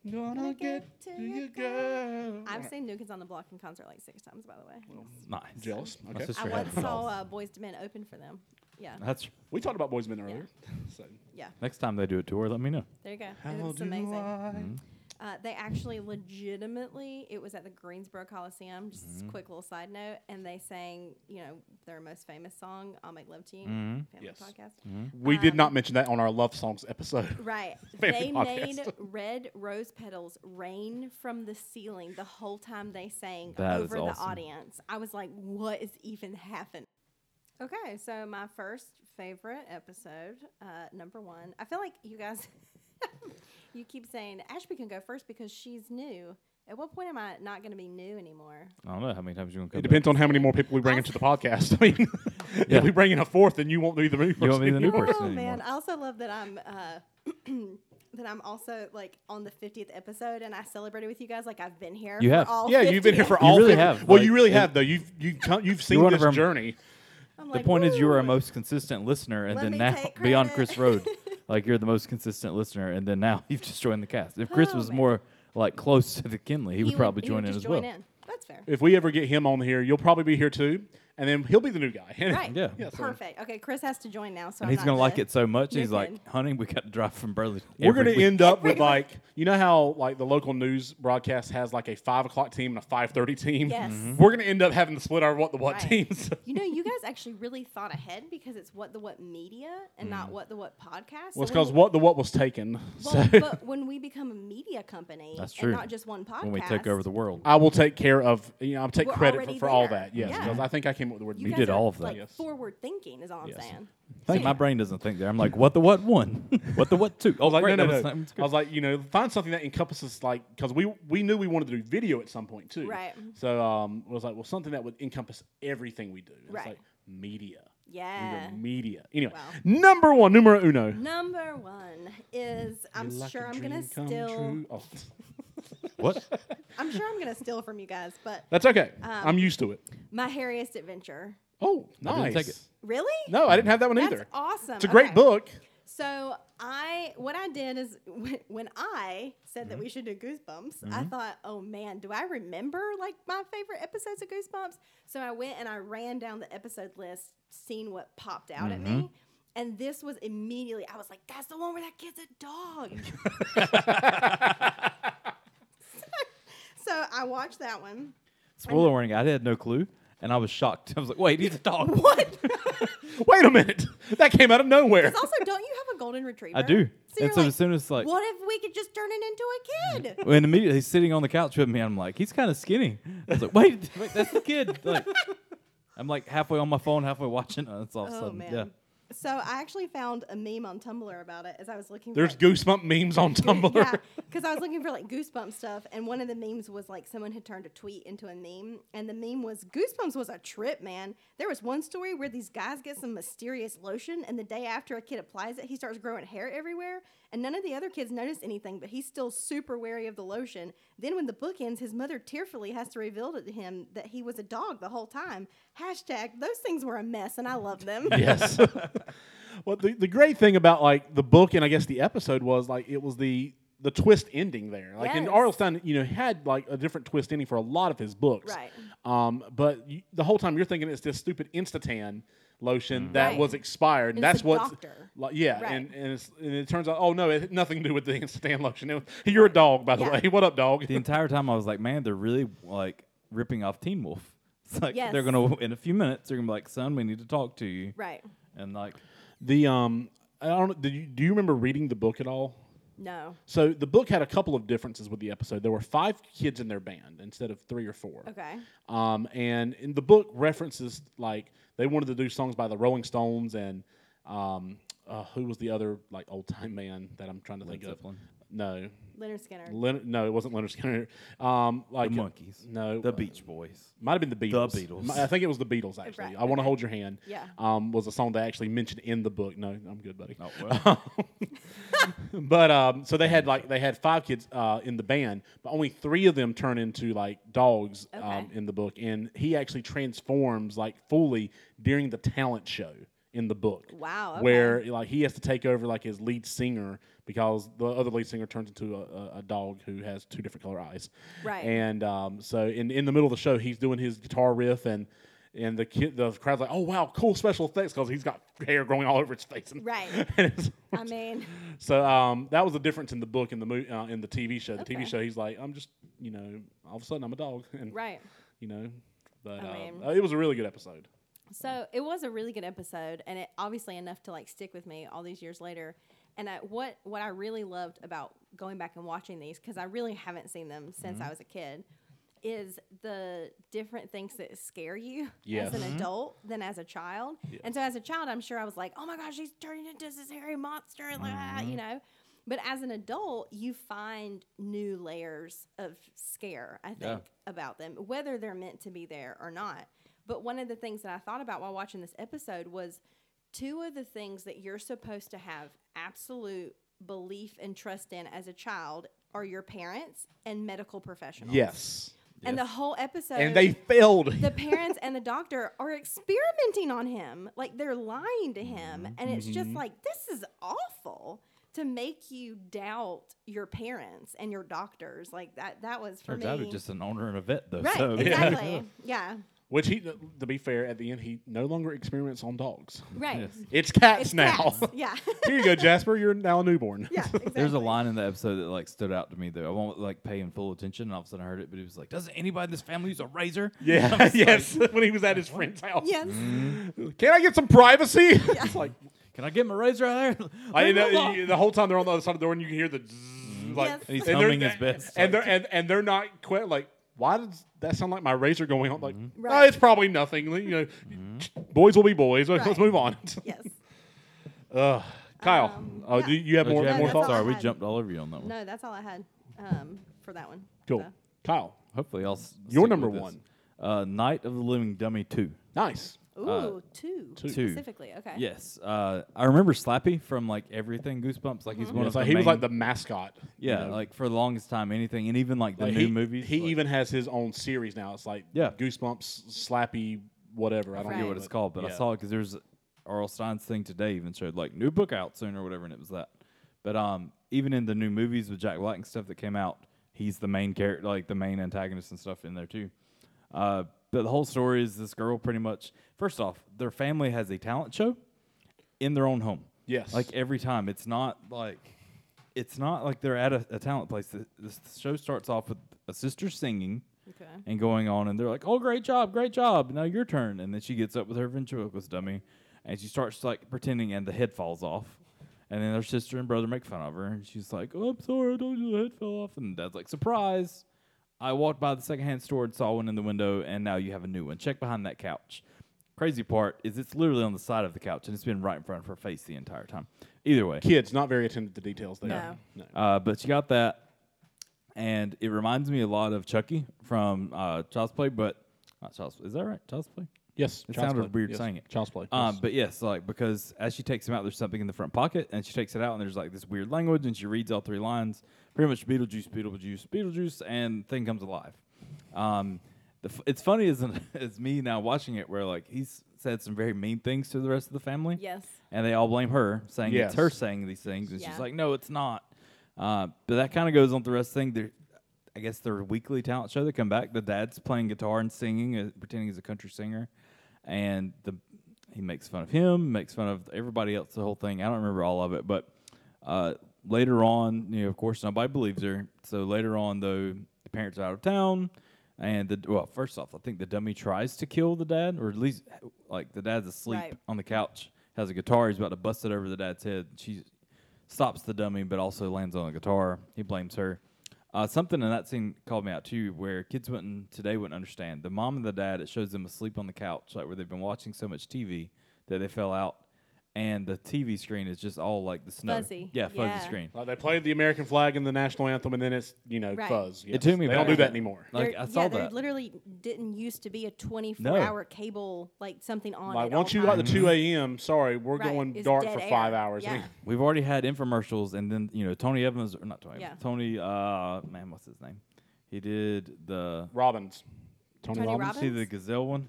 Gonna get to you, girl. I've seen New Kids on the Block in concert like six times, by the way. Nice. Jealous. My Okay. sister I had once it. saw uh, Boys to Men open for them. Yeah, That's We talked about Boys Men earlier. So. yeah. next time they do a tour. Let me know. There you go. How it's do amazing. I- Uh, they actually legitimately, it was at the Greensboro Coliseum, just Mm-hmm. a quick little side note, and they sang, you know, their most famous song, I'll Make Love to You, family Mm-hmm. Yes. podcast. We did Um, not mention that on our love songs episode. Right. Family they podcast. made red rose petals rain from the ceiling the whole time they sang That is over the awesome. audience. I was like, what is even happening? Okay, so my first favorite episode, uh, number one. I feel like you guys, you keep saying Ashby can go first because she's new. At what point am I not going to be new anymore? I don't know how many times you're gonna come. It depends on how many more people we bring into the podcast. I mean, Yeah. if we bring in a fourth, then you won't be the new person. You won't be the new person Oh anymore. man, I also love that I'm uh, that I'm also like on the 50th episode, and I celebrated with you guys like I've been here. You for have. all yeah, you've been 50. here for You all. really 50 have, Well, like, you really and- have though. You've you've come, you've seen one of this our- journey. I'm The like, point is, you are "Woo." a most consistent listener, and Let then me now take beyond credit. Chris Road, like you're the most consistent listener, and then now you've just joined the cast. If Chris Oh, was man. more like close to the Kinley, he, He would probably he join in just as well. in. That's fair. If we ever get him on here, you'll probably be here too, and then he'll be the new guy. Right. Yeah. Yeah, so- Perfect. Okay, Chris has to join now, so And I'm he's not gonna like the- it so much. He's Nick like, in. "Honey, we got to drive from Burley." We're going every to week." end up with like you know how like the local news broadcast has like a five o'clock team and a five thirty team. Yes. Mhm. We're going to end up having to split our what the what Right. teams. You know, you guys actually really thought ahead because it's what the what media and Mm. not what the what podcast. So well, it's when because you- what the what was taken. Well, so but when we become a media company, That's and true. not just one podcast. when we take over the world. I will take care of. You know, I'll take We're credit for, already for all there. that. Yes, Yeah. because I think I came up with the word. you media. guys did are, all of that. Like, Yes. Forward thinking is all I'm saying. Thank you. My brain doesn't think there. I'm like, what the what one? what the what two? Oh, I was great, like, no, that no, was- no. that was good. I was like, you know, find something that encompasses like because we we knew we wanted to do video at some point too. Right. So um, I was like, well, something that would encompass everything we do. It's Right. Eh. like media. We were Yeah. Media. Anyway, Wow. number one, numero uno. Number one is I'm You're like sure a I'm gonna dream come steal. true. Oh, what? I'm sure I'm gonna steal from you guys, but that's okay. I'm used to it. my hairiest adventure. Oh, nice. didn't take it. Really? No, I didn't have that one That's either. awesome. It's a great Okay. book. So I, what I did is when, when I said Mm-hmm. that we should do Goosebumps, I thought, oh man, do I remember like my favorite episodes of Goosebumps? So I went and I ran down the episode list, seeing what popped out at Mm-hmm. me. And this was immediately, I was like, that's the one where that kid's a dog. so I watched that one. Spoiler warning. I had no clue, and I was shocked. I was like, wait, he's a dog. What? Wait a minute. That came out of nowhere. It's also, don't you have a golden retriever? I do. and So you're so like, as soon as like, what if we could just turn it into a kid? when immediately he's sitting on the couch with me, I'm like, he's kind of skinny. I was like, wait, wait, that's the kid. Like, I'm like halfway on my phone, halfway watching. And it's all of a Oh sudden, man. yeah. So I actually found a meme on Tumblr about it as I was looking. There's for, goosebump memes on Tumblr. Yeah, because I was looking for like goosebump stuff, and one of the memes was like someone had turned a tweet into a meme, and the meme was goosebumps was a trip, man. There was one story where these guys get some mysterious lotion, and the day after a kid applies it, he starts growing hair everywhere, and none of the other kids notice anything, but he's still super wary of the lotion. Then when the book ends, his mother tearfully has to reveal to him that he was a dog the whole time. Hashtag those things were a mess, and I love them. yes. well, the, the great thing about like the book and I guess the episode was like it was the the twist ending there. Like and Yes. Arlstein, you know, had like a different twist ending for a lot of his books. Right. Um, but you, the whole time you're thinking it's this stupid Instatan lotion that Right. was expired. And it's that's a what's doctor. like, yeah, Right. and and, it's, and it turns out oh no, it had nothing to do with the Instatan lotion. It was, you're a dog, by the Yeah. way. What up, dog? The entire time I was like, man, they're really like ripping off Teen Wolf. It's like Yes. they're gonna in a few minutes they're gonna be like, son, we need to talk to you. Right. And like, The um, I don't. Did you, do you remember reading the book at all? No. So the book had a couple of differences with the episode. There were five kids in their band instead of three or four. Okay. Um, and in the book references like they wanted to do songs by the Rolling Stones and um, uh, who was the other like old time man that I'm trying to think Zeppelin. of? No, Leonard Skinner. Leonard, no, it wasn't Leonard Skinner. Um, like The Monkeys. No, The uh, Beach Boys. Might have been the Beatles. Beatles. Mi- I think it was the Beatles actually. Right, I want to hold your hand. Yeah. Um, was a song they actually mentioned in the book. No, I'm good, buddy. Oh, well. But um, so they had like they had five kids uh, in the band, but only three of them turn into like dogs um, Okay. in the book, and he actually transforms like fully during the talent show in the book. Wow, okay. Where like he has to take over like his lead singer because the other lead singer turns into a, a, a dog who has two different color eyes. Right. And um, so in in the middle of the show, he's doing his guitar riff and. And the kid, the crowd's like, "Oh wow, cool special effects!" Because he's got hair growing all over his face. And, Right. and it's- I mean, so um, that was the difference in the book and the mo- uh, in the TV show. The Okay. TV show, he's like, I'm just, you know, all of a sudden I'm a dog, and right. you know, but I uh, mean- uh, it was a really good episode. So it was a really good episode, and it obviously enough to like stick with me all these years later. And I, what what I really loved about going back and watching these because I really haven't seen them since Mm-hmm. I was a kid is the different things that scare you Yes. as an adult than as a child. And so as a child, I'm sure I was like, oh my gosh, she's turning into this hairy monster, blah," you know. But as an adult, you find new layers of scare. I think Yeah. about them, whether they're meant to be there or not. But one of the things that I thought about while watching this episode was two of the things that you're supposed to have absolute belief and trust in as a child are your parents and medical professionals. Yes, And the whole episode and they failed. the parents and the doctor are experimenting on him. Like they're lying to him. Mm-hmm. And it's just like, this is awful to make you doubt your parents and your doctors. Like that that was for Turns me. out it's just an owner and a vet, though. Right, so, exactly. Yeah. Which he, to be fair, at the end he no longer experiments on dogs. Right. Yes. It's cats It's now. cats. Yeah. Here you go, Jasper. You're now a newborn. yeah. Exactly. There's a line in the episode that like stood out to me though. I won't like paying full attention, and all of a sudden I heard it, but it was like, "Doesn't anybody in this family use a razor?" I Yeah. was yes. when he was at his friend's house. Yes. Mm-hmm. Can I get some privacy? it's like like, Can I get my razor out of there? I Leave didn't me know alone. you- the whole time they're on the other side of the door, and you can hear the. Zzz, like, Yes. And he's they're- humming his best. And like, they're and, and they're not quite like why does that sound like my razor going on? Like Mm-hmm. Right. oh, it's probably nothing. You know, boys will be boys. Let's Right. move on. Yes. Ugh. Kyle, Um, oh, yeah. do you have Oh, do you more more have Yeah, any- that's all thoughts? I Sorry, we had. jumped all over you on that one. No, that's all I had um, for that one. Cool, So, Kyle, Hopefully, I'll. s- Your stick number with this. one. Uh, Night of the Living Dummy Two. nice. Ooh, Uh, two, two. Two. specifically. Okay. Yes, uh, I remember Slappy from like everything Goosebumps. Like he's one Uh-huh. Yeah, of so the he was main- like the mascot. you yeah, know. like for the longest time anything, and even like the Like, new he, movies. He like, even has his own series now. It's like Yeah. Goosebumps, Slappy, whatever. I, don't forget know what it's called, but I saw it because there's Arl Stein's thing today even showed like new book out soon or whatever, and it was that. But um, even in the new movies with Jack Black and stuff that came out, he's the main character, like the main antagonist and stuff in there too. Uh, but the whole story is this girl pretty much. First off, their family has a talent show in their own home. Yes. like every time. It's not like it's not like they're at a, a talent place. The, the show starts off with a sister singing Okay. and going on and they're like oh great job great job now your turn and then she gets up with her ventriloquist dummy and she starts like pretending and the head falls off and then her sister and brother make fun of her and she's like oh i'm sorry i told you the head fell off and dad's like surprise i walked by the secondhand store and saw one in the window and now you have a new one check behind that couch crazy part is it's literally on the side of the couch and it's been right in front of her face the entire time either way Kids, not very attentive to details there. No. No. uh, but you got that, and it reminds me a lot of Chucky from uh, Child's Play, but not Child's Play. Is that right? Child's Play. Yes. It Child's sounded Play. weird Yes. saying it. Child's play. Um, yes. but yes, like because as she takes him out, there's something in the front pocket, and she takes it out, and there's like this weird language, and she reads all three lines, pretty much Beetlejuice, Beetlejuice, Beetlejuice, and thing comes alive. Um, the f- it's funny as as me now watching it, where like he's said some very mean things to the rest of the family. Yes. And they all blame her, saying Yes. it's her saying these things, and Yeah. she's like, "No, it's not." Uh, but that kind of goes on with the rest of the thing. They're, I guess their weekly talent show. They come back. The dad's playing guitar and singing, uh, pretending he's a country singer, and the he makes fun of him, makes fun of everybody else. The whole thing. I don't remember all of it, but uh, later on, you know, of course, nobody believes her. So later on, though, the parents are out of town. And the well, first off, I think the dummy tries to kill the dad, or at least like the dad's asleep Right. on the couch, has a guitar. He's about to bust it over the dad's head. She stops the dummy, but also lands on the guitar. He blames her. Uh, something in that scene called me out too, where kids wouldn't today wouldn't understand. The mom and the dad, it shows them asleep on the couch, like where they've been watching so much TV that they fell out, and the TV screen is just all like the snow. Fuzzy. Yeah, fuzzy Yeah. screen. Like they played the American flag and the national anthem, and then it's you know Right. fuzz. Yes. took me They don't back. do that anymore. Like There- I saw yeah, There that. literally didn't used to be a 24 No. Mm. hour cable, like something on Like at all once you got the times. two a.m., sorry, we're Right, going it's dark dead for air. five hours. I mean, Yeah. We've already had infomercials, and then you know Tony Evans, or not Tony, Yeah. Evans, Tony, uh, man, what's his name? He did the Robbins, Tony, Tony Robbins. Robbins? see the gazelle one.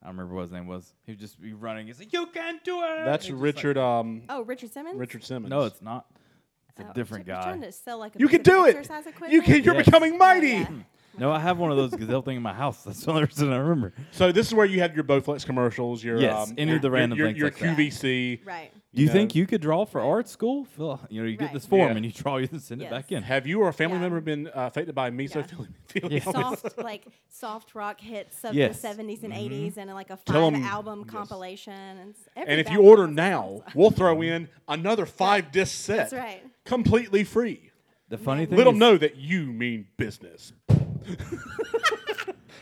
I don't remember what his name was. He would just be running. He's like, "You can do it." That's He's just Richard. um, Oh, Richard Simmons. Richard like- Simmons. no, it's not. It's a Oh, different I was guy. Trying to sell like a you can piece do of it. exercise You can. equipment. You're Yes. becoming mighty. Oh, yeah. No, I have one of those gazelle thing in my house. That's the only reason I remember. So this is where you have your Bowflex commercials. Your Yes, um, any of the your- random your, things Your like that. QVC. Right. Do you know? think you could draw for art school? Fill, you know, you get Right. this form Yeah. and you draw, you send it Yes. back in. Have you or a family Yeah. member been uh, affected by mesothelin? Oh, Soft like soft rock hits of Yes. Mm-hmm. the 70s and 80s and like a Tell five 'em- album compilation. And, s- every And if band you order has now, those. we'll throw in another five disc set. That's right. Completely free. The funny thing Let them is, know that you mean business.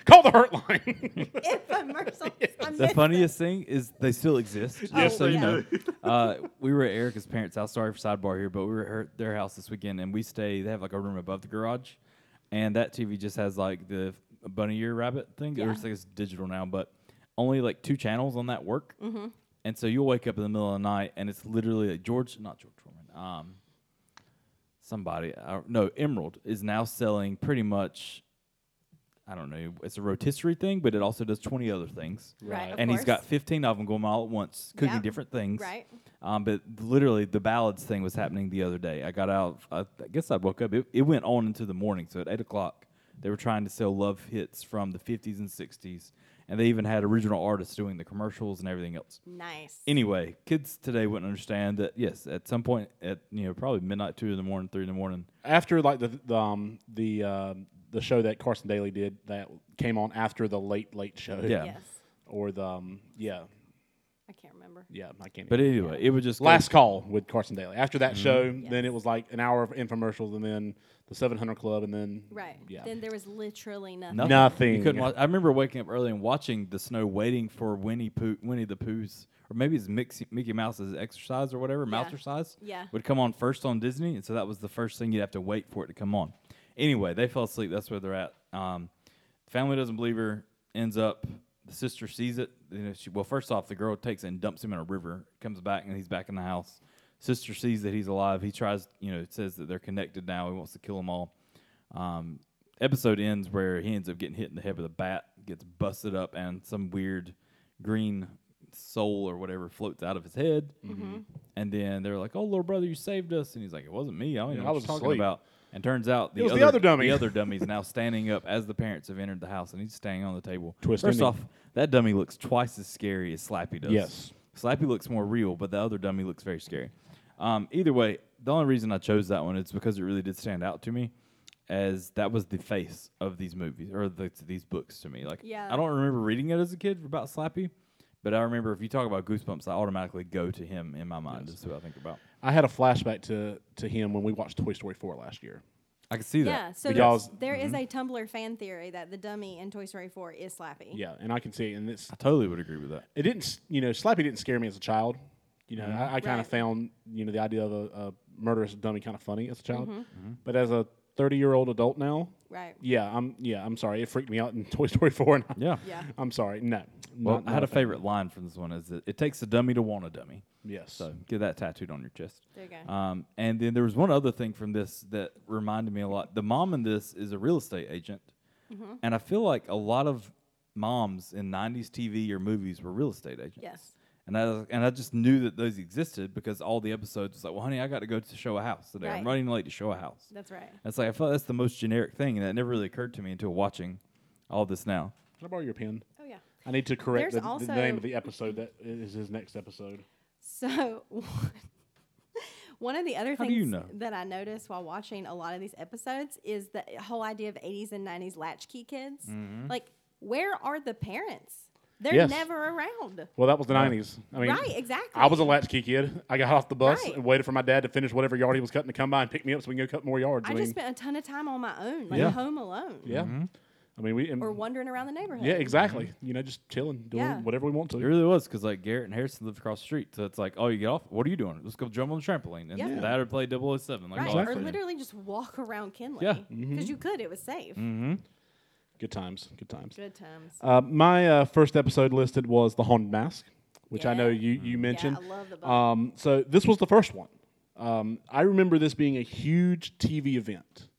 Call the Hurt Line. infomercials. I the missed funniest thing is they still exist. just so they you know. uh, we were at Erica's parents' house. Sorry for sidebar here, but we were at her, their house this weekend, and we stay. They have like a room above the garage, and that TV just has like the bunny ear rabbit thing. Or it's like it's digital now, but only like two channels on that work. Mm-hmm. And so you'll wake up in the middle of the night, and it's literally like George, not George Foreman, um, somebody. I don't- no, Emerald is now selling pretty much. I don't know. It's a rotisserie thing, but it also does twenty other things. Right, of And he's course. got fifteen of them going all at once, cooking Yep. different things. Right. Um, but literally, the ballads thing was happening the other day. I got out. I, I guess I woke up. It, it went on into the morning. So at eight o'clock, they were trying to sell love hits from the fifties and sixties, and they even had original artists doing the commercials and everything else. Nice. Anyway, kids today wouldn't understand that. Yes, at some point, at you know probably midnight, two in the morning, three in the morning. after like the the um, the, um, the show that Carson Daly did that came on after the late late show. Yeah. Yes. Or the um, yeah I can't remember. yeah I can't. But even- anyway, it Mm-hmm. was just go- Last Call with Carson Daly. After that show, then Yes. it was like an hour of infomercials, and then the Seven Hundred Club, and then Right. yeah. Then there was literally nothing. Nothing. Nothing. You couldn't watch. I remember waking up early and watching the snow, waiting for Winnie Pooh, Winnie the Pooh's, or maybe it's Mixie, Mickey Mouse's exercise or whatever, Yeah. Mousercise. Yeah. Would come on first on Disney, and so that was the first thing you'd have to wait for it to come on. Anyway, they fell asleep. That's where they're at. Um, family doesn't believe her. Ends up, the sister sees it. You know, she, well, first off, the girl takes it and dumps him in a river. Comes back and he's back in the house. Sister sees that he's alive. He tries, you know, says that they're connected now. He wants to kill them all. Um, episode ends where he ends up getting hit in the head with a bat, gets busted up, and some weird green soul or whatever floats out of his head. Mm-hmm. And then they're like, "Oh, little brother, you saved us!" And he's like, "It wasn't me. I don't even Yeah, know I what was you're talking asleep." about." And turns out the was the other other dummy. the other dummy's now standing up as the parents have entered the house, and he's standing on the table. Twist First ending. off, that dummy looks twice as scary as Slappy does. Yes. Slappy looks more real, but the other dummy looks very scary. Um, either way, the only reason I chose that one is because it really did stand out to me, as that was the face of these movies or the, these books to me. Like, Yeah. I don't remember reading it as a kid about Slappy, but I remember if you talk about Goosebumps, I automatically go to him in my mind. That's what I think about. I had a flashback to to him when we watched Toy Story four last year. I can see Yeah, that. so But there y'all's- Mm-hmm. is there is a Tumblr fan theory that the dummy in Toy Story 4 is Slappy. Yeah, and I can see it, and it's I totally would agree with that. it didn't s- you know Slappy didn't scare me as a child. You know, I, I kind of Mm-hmm. Right. found you know the idea of a, a murderous dummy kind of funny as a child, Mm-hmm. but as a thirty year old adult now, Right. yeah, I'm yeah I'm sorry it freaked me out in Toy Story four. And I, Yeah. Yeah. I'm sorry, no. Well, not- I not had a a fan. favorite line from this one is that it takes a dummy to want a dummy. Yes. So get that tattooed on your chest. There you Uh, go. Um, and then there was one other thing from this that reminded me a lot. The mom in this is a real estate agent, Mm-hmm. and I feel like a lot of moms in '90s TV or movies were real estate agents. Yes. And I and I just knew that those existed because all the episodes was like, well, honey, I got to go to show a house today. I'm Right. running late to show a house. That's right. It's like I felt that's the most generic thing, and that never really occurred to me until watching all this now. Can I borrow your pen? Oh yeah. I need to correct There's the, the also- name of the episode that is his next episode. So one of the other How things do you know? that I noticed while watching a lot of these episodes is the whole idea of 80s and 90s latchkey kids. Like where are the parents? They're Mm-hmm. Yes. never around. Well, that was the '90s. I mean, Right, exactly. I was a latchkey kid. I got off the bus Right. and waited for my dad to finish whatever yard he was cutting to come by and pick me up so we can go cut more yards. I mean, just spent a ton of time on my own, like Yeah. home alone. yeah. I mean, we and- or wandering around the neighborhood. yeah, exactly. Mm-hmm. You know, just chilling, doing Yeah. whatever we want to. It really was because like Garrett and Harrison lived across the street, so it's like, oh, you get off. What are you doing? Let's go jump on the trampoline and Yeah. that or play 007. Like, oh, Right, Mm-hmm. Exactly. or literally just walk around Kinley. Yeah. Because you could, it was safe. hmm good times, good times. Good times. Mm. Uh, my uh, first episode listed was the haunted mask, which I know Yeah. you Mm-hmm. you mentioned. Yeah, I love the book. Um, so this was the first one. Um, I remember this being a huge TV event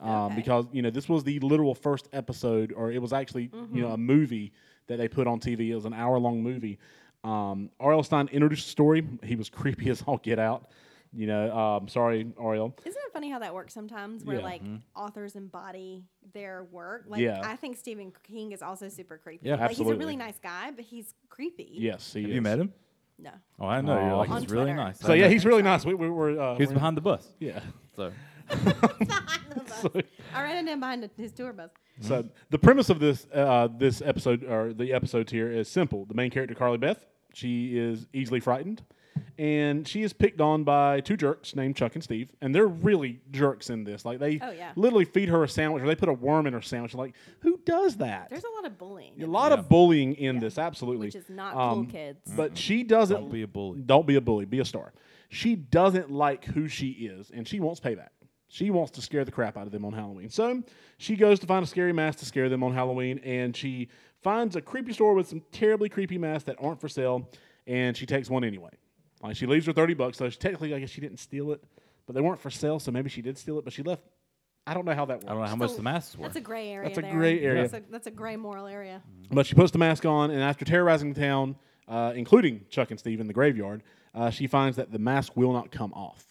um, Okay. because you know this was the literal first episode, or it was actually you Mm-hmm. know a movie that they put on TV. It was an hour long movie. Um, R.L. Stein introduced the story. He was creepy as all get out. You know, um, sorry, R.L. Isn't it funny how that works sometimes where Yeah. Mm-hmm. like authors embody their work? Like Yeah. I think Stephen King is also super creepy. Yeah, like absolutely. he's a really nice guy, but he's creepy. Yes, he Have is. you met him? No. Oh, I know. Aw. You're like, On he's really Twitter. nice. So I yeah, know. he's really nice. We, we were uh, he was we're- behind the bus. Yeah. So behind the bus. I ran into him behind his tour bus. So the premise of this uh, this episode or the episodes here is simple. The main character Carly Beth, she is easily frightened, and she is picked on by two jerks named Chuck and Steve, and they're really jerks in this. Like they Oh, yeah. literally feed her a sandwich or they put a worm in her sandwich. Like who does that? There's a lot of bullying. a lot of bullying in this, absolutely. Um, Which is not cool, kids. But she doesn't Don't be a bully. Don't be a bully. Be a star. She doesn't like who she is, and she wants payback. She wants to scare the crap out of them on Halloween. So she goes to find a scary mask to scare them on Halloween, and she finds a creepy store with some terribly creepy masks that aren't for sale, and she takes one anyway. Like she leaves her thirty bucks, so she, technically, I guess she didn't steal it, but they weren't for sale, so maybe she did steal it, but she left. I don't know how that works. I don't know how much the masks were. That's a gray area. That's a there. gray area. That's a, that's a gray moral area. But she puts the mask on, and after terrorizing the town, uh, including Chuck and Steve in the graveyard, uh, she finds that the mask will not come off.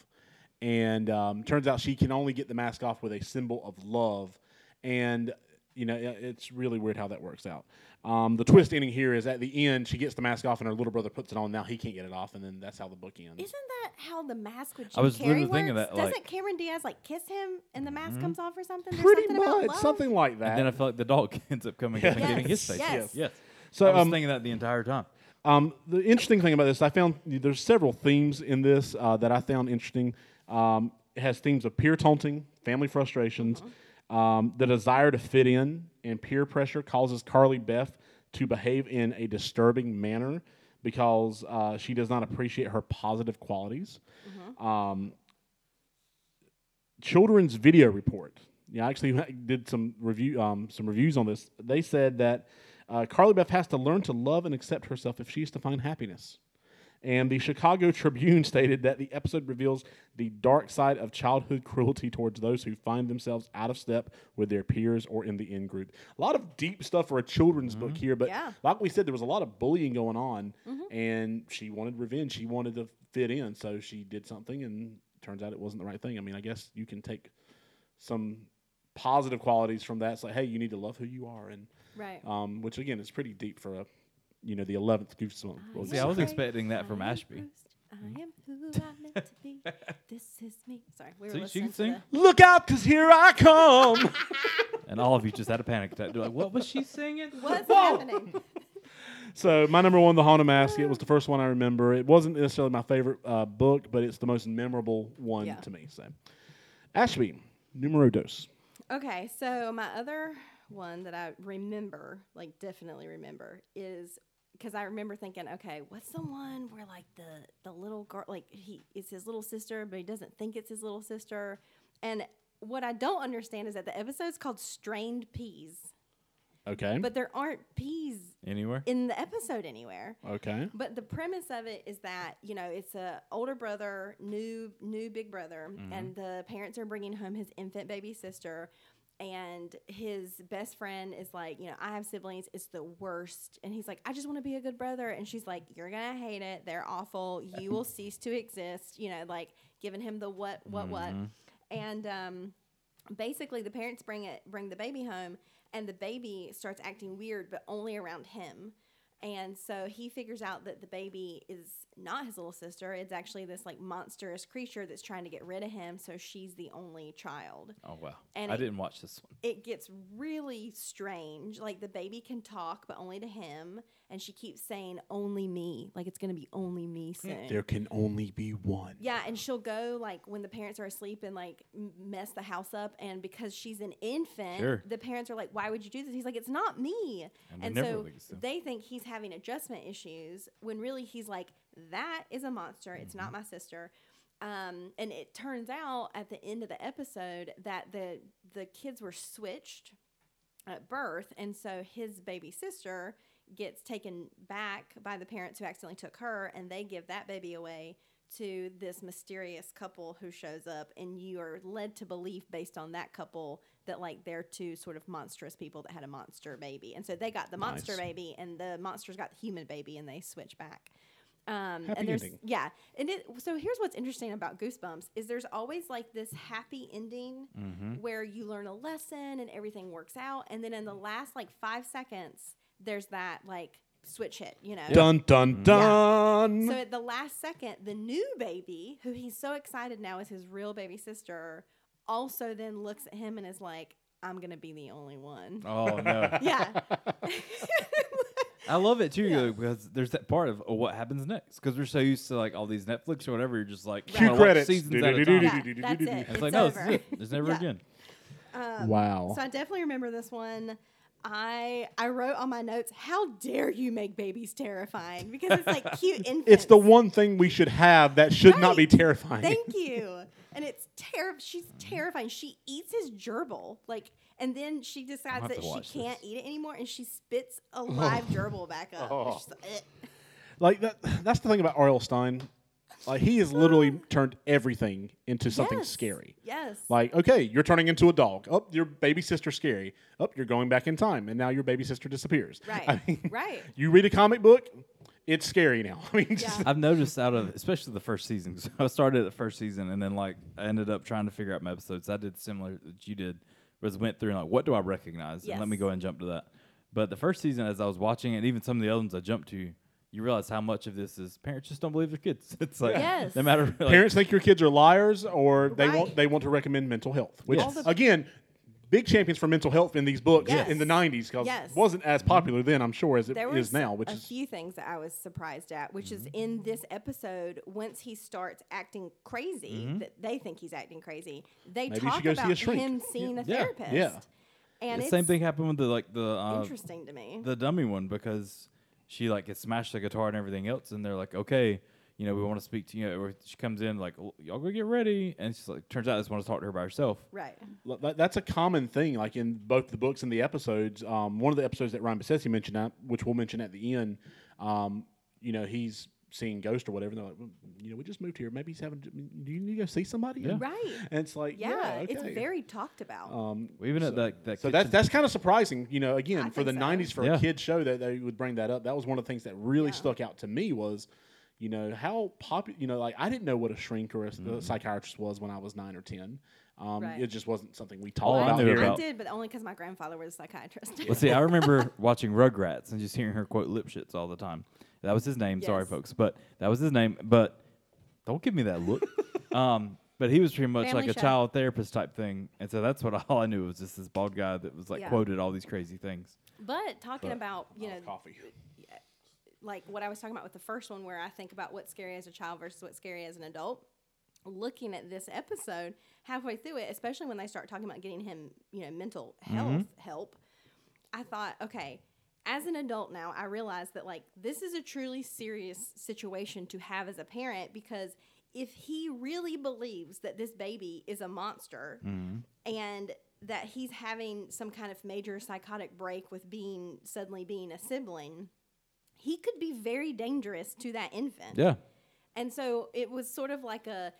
And um, turns out she can only get the mask off with a symbol of love. And, you know, it- it's really weird how that works out. Um, the twist ending here is at the end, she gets the mask off, and her little brother puts it on. Now he can't get it off, and then that's how the book ends. Isn't that how the mask with Jim I was Carrey literally thinking works? that, like- Mm-hmm. Doesn't Cameron Diaz like kiss him and the mask comes off or something? There's Pretty something about much love? something like that. then I feel like the dog ends up coming up and Yes. getting his face. Yes. yes. So, I was um, thinking that the entire time. Um, the interesting thing about this, I found there's several themes in this uh, that I found interesting. Um, it has themes of peer taunting, family frustrations, um, the desire to fit in, and peer pressure causes Carly Beth to behave in a disturbing manner because uh, she does not appreciate her positive qualities. Um, children's video report. Yeah, I actually did some review, um, some reviews on this. They said that uh, Carly Beth has to learn to love and accept herself if she is to find happiness. And the Chicago Tribune stated that the episode reveals the dark side of childhood cruelty towards those who find themselves out of step with their peers or in the in group. A lot of deep stuff for a children's book here, but Yeah. like we said, there was a lot of bullying going on, Mm-hmm. and she wanted revenge. She wanted to fit in, so she did something, and turns out it wasn't the right thing. I mean, I guess you can take some positive qualities from that. It's like, hey, you need to love who you are, and Right. um, which again is pretty deep for a, you know, the eleventh Goosebumps. Well, See, Ah, I was Sorry. expecting that from I am Ashby. Bruce. I am who I meant to be. This is me. Sorry, we were See, she listening can sing. to Look out, cause here I come. And all of you just had a panic attack. You're like, what was she singing? the, what's Whoa! happening. so my number one, The Haunted Mask. It was the first one I remember. It wasn't necessarily my favorite uh, book, but it's the most memorable one Yeah. to me. So, Ashby, numero dos. Okay, so my other one that I remember, like definitely remember, is because I remember thinking, okay, what's the one where like the the little girl, like he it's his little sister, but he doesn't think it's his little sister, and what I don't understand is that the episode's called Strained Peas, Okay. but there aren't peas Anywhere? in the episode anywhere. okay. But the premise of it is that you know it's a older brother, new new big brother, and the parents are bringing home his infant baby sister, and his best friend is like, you know, I have siblings, it's the worst, and he's like, I just want to be a good brother, and she's like, you're gonna hate it, they're awful, you will cease to exist, you know, like giving him the what what Mm-hmm. what, and um, basically the parents bring it bring the baby home, and the baby starts acting weird, but only around him. And so he figures out that the baby is not his little sister. It's actually this like monstrous creature that's trying to get rid of him. So she's the only child. Oh, wow. And I it- didn't watch this one. It gets really strange. Like the baby can talk, but only to him. and she keeps saying only me, like it's gonna be only me soon. There can only be one. Yeah, and she'll go like when the parents are asleep and like m- mess the house up. And because she's an infant, Sure. the parents are like, "Why would you do this?" He's like, "It's not me." And And, we never so release them. they think he's having adjustment issues when really he's like, "That is a monster. It's Mm-hmm. not my sister." Um, and it turns out at the end of the episode that the the kids were switched at birth, and so his baby sister gets taken back by the parents who accidentally took her, and they give that baby away to this mysterious couple who shows up, and you are led to believe based on that couple that like they're two sort of monstrous people that had a monster baby, and so they got the monster Nice. baby, and the monsters got the human baby, and they switch back. Um, Happy and there's ending. yeah, and it, so here's what's interesting about Goosebumps is there's always like this happy ending Mm-hmm. where you learn a lesson and everything works out, and then in the last like five seconds, there's that like switch hit, you know. Dun dun dun. So at the last second, the new baby, who he's so excited now is his real baby sister, also then looks at him and is like, "I'm gonna be the only one." Oh no. Yeah, I love it too though, because there's that part of oh, what happens next because we're so used to like all these Netflix or whatever. You're just like Cue "I wanna watch credits. seasons at a Do-do-do-do-do. time." And yeah, that's it. It's, It's like no, over. this is it. There's never Yeah. again. wow. So I definitely remember this one. I I wrote on my notes, "How dare you make babies terrifying?" Because it's like cute infants. It's the one thing we should have that should not be Right. terrifying. Thank you. And it's terrible. She's terrifying. She eats his gerbil, like, and then she decides have that to she watch can't this. eat it anymore, and she spits a live gerbil back up. Oh. She's like, "Eh." like that, that's the thing about R.L. Stein. Like he has literally turned everything into something Um, Yes. scary. Yes. Like, okay, you're turning into a dog. Oh, your baby sister's scary. Oh, you're going back in time, and now your baby sister disappears. Right. I mean, Right. You read a comic book, it's scary now. I mean, just, Yeah. I've noticed out of especially the first season. 'cause I started at the first season and then like I ended up trying to figure out my episodes. I did similar that you did, was went through and like what do I recognize? And let me Yes. go ahead and jump to that. But the first season, as I was watching and even some of the other ones I jumped to, you realize how much of this is parents just don't believe their kids. It's like Yes. no matter like, parents think your kids are liars, or they want Right. they want to recommend mental health. Which Yes. All the- again, big champions for mental health in these books Yes. in the '90s because Yes. it wasn't Mm-hmm. as popular then, I'm sure, as it there is was now. Which a is Mm-hmm. few things that I was surprised at, which is in this episode, once he starts acting crazy, that they think he's acting crazy, they Mm-hmm. Maybe you talk should go see a about shrink. him seeing a Yeah. therapist. Yeah. And the it's same thing happened with the like the uh, interesting to me. the dummy one because she like gets smashed the guitar and everything else, and they're like, okay, you know, we want to speak to you. Or she comes in like, "Well, y'all go get ready, and she's like, turns out I just want to talk to her by herself. right. Well, that- That's a common thing, like in both the books and the episodes. Um, one of the episodes that Ryan Bessetti mentioned, uh, which we'll mention at the end, um, you know, he's seeing Ghost or whatever. And they're like, well, you know, we just moved here. Maybe he's having. Do you need to go see somebody? Yeah. Right. And it's like, Yeah. yeah, okay. Oh, It's very talked about. Even at that, that So kitchen- that's that's kind of surprising, you know. Again, for think the so. '90s, for Yeah. a kid show that they would bring that up. That was one of the things that really Yeah. stuck out to me was, you know, how popular. You know, like I didn't know what a shrink or a, Mm-hmm. a psychiatrist was when I was nine or ten. Um, Right. It just wasn't something we All talked I about knew here. about- I did, but only because my grandfather was a psychiatrist. Well, see, I remember watching Rugrats and just hearing her quote Lipschitz all the time. That was his name. Sorry, Yes. folks, but that was his name. But don't give me that look. um, but he was pretty much Family like show. a child therapist type thing, and so that's what all I knew was just this bald guy that was like Yeah. quoted all these crazy things. But talking about you Oh, know, coffee. like what I was talking about with the first one, where I think about what's scary as a child versus what's scary as an adult. Looking at this episode halfway through it, especially when they start talking about getting him, you know, mental health help, I thought, okay, as an adult now, I realize that like this is a truly serious situation to have as a parent because if he really believes that this baby is a monster and that he's having some kind of major psychotic break with being suddenly being a sibling, he could be very dangerous to that infant. Yeah, And so it was sort of like a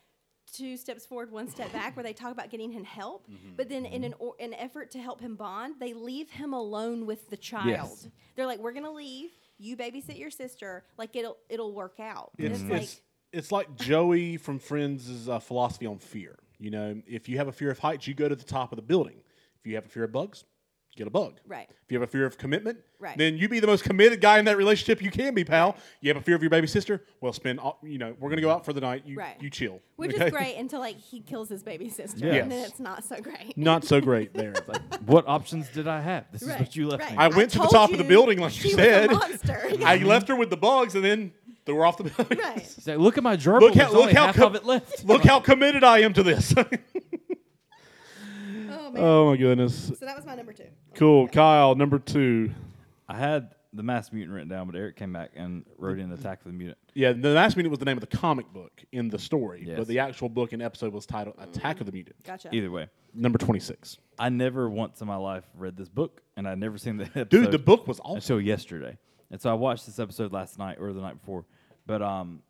two steps forward, one step back, where they talk about getting him help, Mm-hmm. but then in an or, an effort to help him bond, they leave him alone with the child. They're like, "We're gonna leave you babysit your sister. Like it'll it'll work out." And It's, it's like it's, it's like Joey from Friends' uh, philosophy on fear. You know, if you have a fear of heights, you go to the top of the building. If you have a fear of bugs, get a bug. Right. If you have a fear of commitment, Right. then you be the most committed guy in that relationship you can be, pal. You have a fear of your baby sister. Well, spend all, you know we're gonna go out for the night. You Right. you chill, Which okay? is great until like he kills his baby sister, and then Yes. it's not so great. Not so great there. What options did I have? This Right, is what you left right. me. I went to the told top of the you building, like she you was a said. monster. I left her with the bugs and then threw her off the building. right. He's like, look at my gerbil. Look Look how look how half com- of it left. look how committed I am to this. Oh man. oh my goodness. so that was my number two. Cool, Kyle. Number two. I had the Mass Mutant written down, but Eric came back and wrote in Attack of the Mutant. Yeah, the last minute was the name of the comic book in the story, Yes. but the actual book and episode was titled Mm. "Attack of the Mutant." Gotcha. Either way, Number twenty-six. I never once in my life read this book, and I'd never seen the episode. Dude, the book was awesome. until yesterday. And so I watched this episode last night or the night before. But um,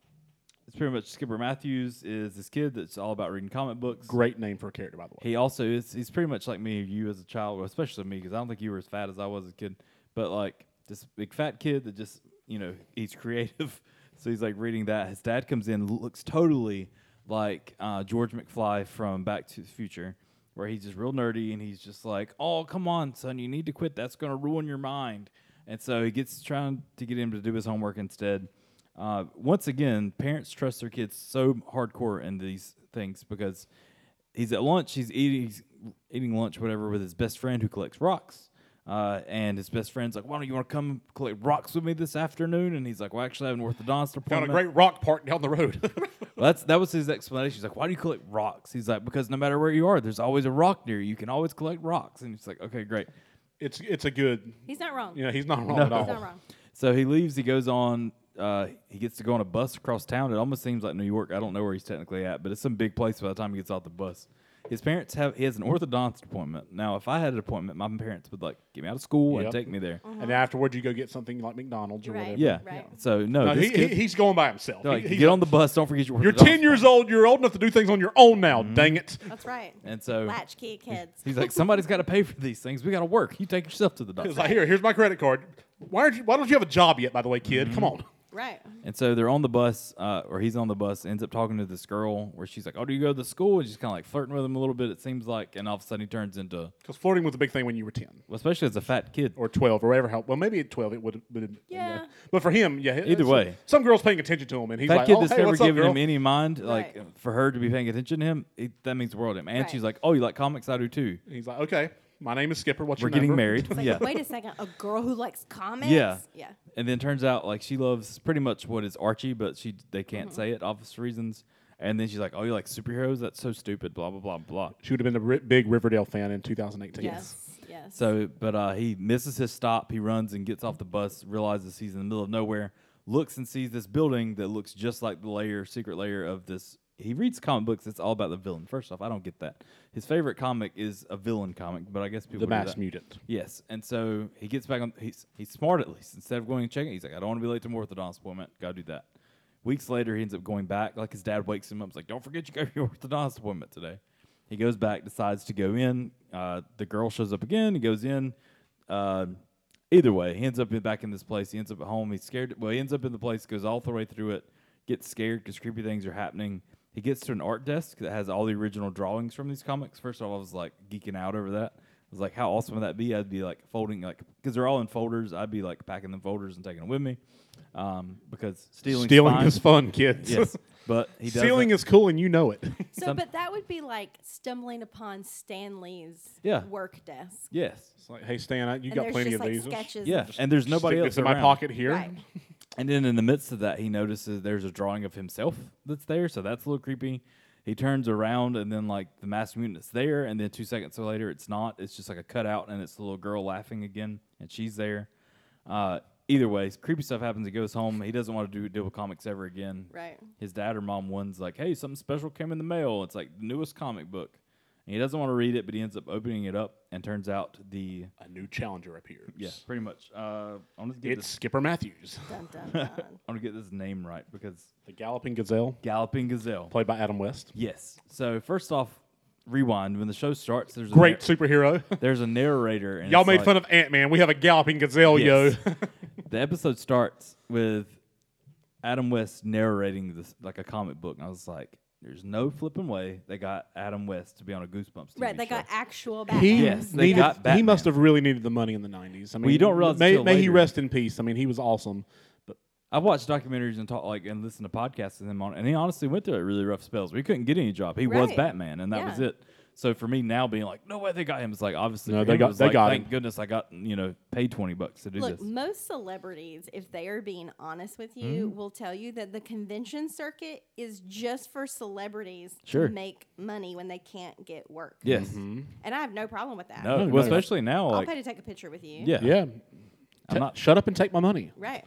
it's pretty much Skipper Matthews is this kid that's all about reading comic books. Great name for a character, by the way. He also is he's pretty much like me or you as a child, well, especially me because I don't think you were as fat as I was as a kid. But like this big fat kid that just you know he's creative, so he's like reading that. His dad comes in, looks totally like uh, George McFly from Back to the Future, where he's just real nerdy and he's just like, "Oh come on, son, you need to quit. That's gonna ruin your mind." And so he gets trying to get him to do his homework instead. Uh, once again, parents trust their kids so hardcore in these things because he's at lunch. He's eating he's eating lunch, whatever, with his best friend who collects rocks. Uh, and his best friend's like, "Why don't you want to come collect rocks with me this afternoon?" And he's like, "Well, actually, I have an orthodontist Found a appointment." great rock park down the road. Well, that's that was his explanation. He's like, "Why do you collect rocks?" He's like, "Because no matter where you are, there's always a rock near you. You can always collect rocks." And he's like, "Okay, great." it's it's a good. He's not wrong. You know, he's not wrong at all. He's not wrong. So he leaves. He goes on. Uh, he gets to go on a bus across town. It almost seems like New York. I don't know where he's technically at, but it's some big place by the time he gets off the bus. His parents have. He has an orthodontist appointment. Now, if I had an appointment, my parents would like get me out of school Yep. and take me there. And afterwards, you go get something like McDonald's or Uh-huh. Right. whatever. Yeah. Right. So no, No, he, this he, kid, he's going by himself. they're like, He- he's get like, on the Mm-hmm. bus. Don't forget your. You're orthodontist 10 years old. You're old enough to do things on your own now. Dang it. That's right. And so Latchkey kids. he's like, somebody's got to pay for these things. We got to work. You take yourself to the doctor. It's like, here, here's my credit card. Why, aren't you, why don't you have a job yet, by the way, kid? Come Mm-hmm. on. Right. And so they're on the bus, uh, or he's on the bus, ends up talking to this girl where she's like, Oh, do you go to the school? And she's kind of like flirting with him a little bit, it seems like. And all of a sudden he turns into, Because flirting was a big thing when you were 10 well, especially as a fat kid. or 12 or whatever. How, well, maybe at 12 it would have Yeah. But for him, yeah. Either so- way. Some girl's paying attention to him, and he's That like, kid oh, that's hey, never what's up, given girl? him any mind, like Right. for her to be paying attention to him, it, that means the world to him. And Right. she's like, Oh, you like comics? I do too. He's like, okay, my name is Skipper. What's We're your getting number?" married. It's like, yeah. wait a second, a girl who likes comics? Yeah. Yeah. And then turns out like she loves pretty much what is Archie, but she they can't Mm-hmm. say it, obvious reasons. And then she's like, Oh, you like superheroes? That's so stupid, blah, blah, blah, blah. She would have been a ri- big Riverdale fan in 2018. Yes. Yes. So, but uh, he misses his stop. He runs and gets off the bus. Realizes he's in the middle of nowhere. Looks and sees this building that looks just like the layer, secret layer of this. He reads comic books. It's all about the villain. First off, I don't get that. His favorite comic is a villain comic, but I guess people The do mass that. mutant. Yes, and so he gets back on. He's he's smart at least. Instead of going and checking, he's like, I don't want to be late to my orthodontist appointment. Gotta do that. Weeks later, he ends up going back. Like his dad wakes him up. He's like, Don't forget you got your orthodontist appointment today. He goes back, decides to go in. Uh, the girl shows up again. He goes in. Uh, either way, he ends up in- back in this place. He ends up at home. He's scared. Well, he ends up in the place, goes all the way through it, gets scared because creepy things are happening. He gets to an art desk that has all the original drawings from these comics. First of all, I was like geeking out over that. I was like, how awesome would that be? I'd be like folding, like, because they're all in folders. I'd be like packing them folders and taking them with me. Um, because stealing, Stealing fine. is fun, kids. Yes, but he does Stealing it. is cool, and you know it. So, Some- but that would be like stumbling upon Stanley's Yeah. work desk. yes, It's like, hey, Stan, I- you And got there's plenty just of like these. sketches. yeah. Of, And there's nobody Stick else this in my around. pocket here. right. And then in the midst of that, he notices there's a drawing of himself that's there, so that's a little creepy. He turns around, and then like the masked mutant is there, and then two seconds later, it's not. It's just like a cutout, and it's the little girl laughing again, and she's there. Uh, either way, creepy stuff happens. He goes home. He doesn't want to do deal with comics ever again. Right. His dad or mom one's like, "Hey, something special came in the mail. It's like the newest comic book." And he doesn't want to read it, but he ends up opening it up, and turns out the A new challenger appears. yeah, pretty much. Uh, I'm gonna get It's this. Skipper Matthews, Dun, dun, dun. I'm gonna get this name right because the Galloping Gazelle, Galloping Gazelle. played by Adam West. Yes. So first off, rewind when the show starts. There's a Great narr- superhero. there's a narrator. And Y'all it's made like- fun of Ant Man. We have a Galloping Gazelle, Yes. yo. the episode starts with Adam West narrating this like a comic book, and I was like, There's no flipping way. They got Adam West to be on a Goosebumps. TV Right, they show. got actual Batman. He Yes, they needed, got He Batman. must have really needed the money in the '90s. I mean, you don't realize May, till may he later. rest in peace. I mean, he was awesome. But I've watched documentaries and talk like and listened to podcasts with him on, and he honestly went through a really rough spells. We couldn't get any job. He was Right. Batman, and that was Yeah. it. So for me now, being like, no way they got him. It's like obviously No, for they him, it got- was they like, got thank him. goodness I got you know paid twenty bucks to do Look, this. most celebrities, if they are being honest with you, Mm-hmm. will tell you that the convention circuit is just for celebrities Sure. to make money when they can't get work. yes, Mm-hmm. And I have no problem with that. No, no, well, no. especially now, I'll like pay to take a picture with you. yeah, yeah, I'm not. shut up and take my money. Right.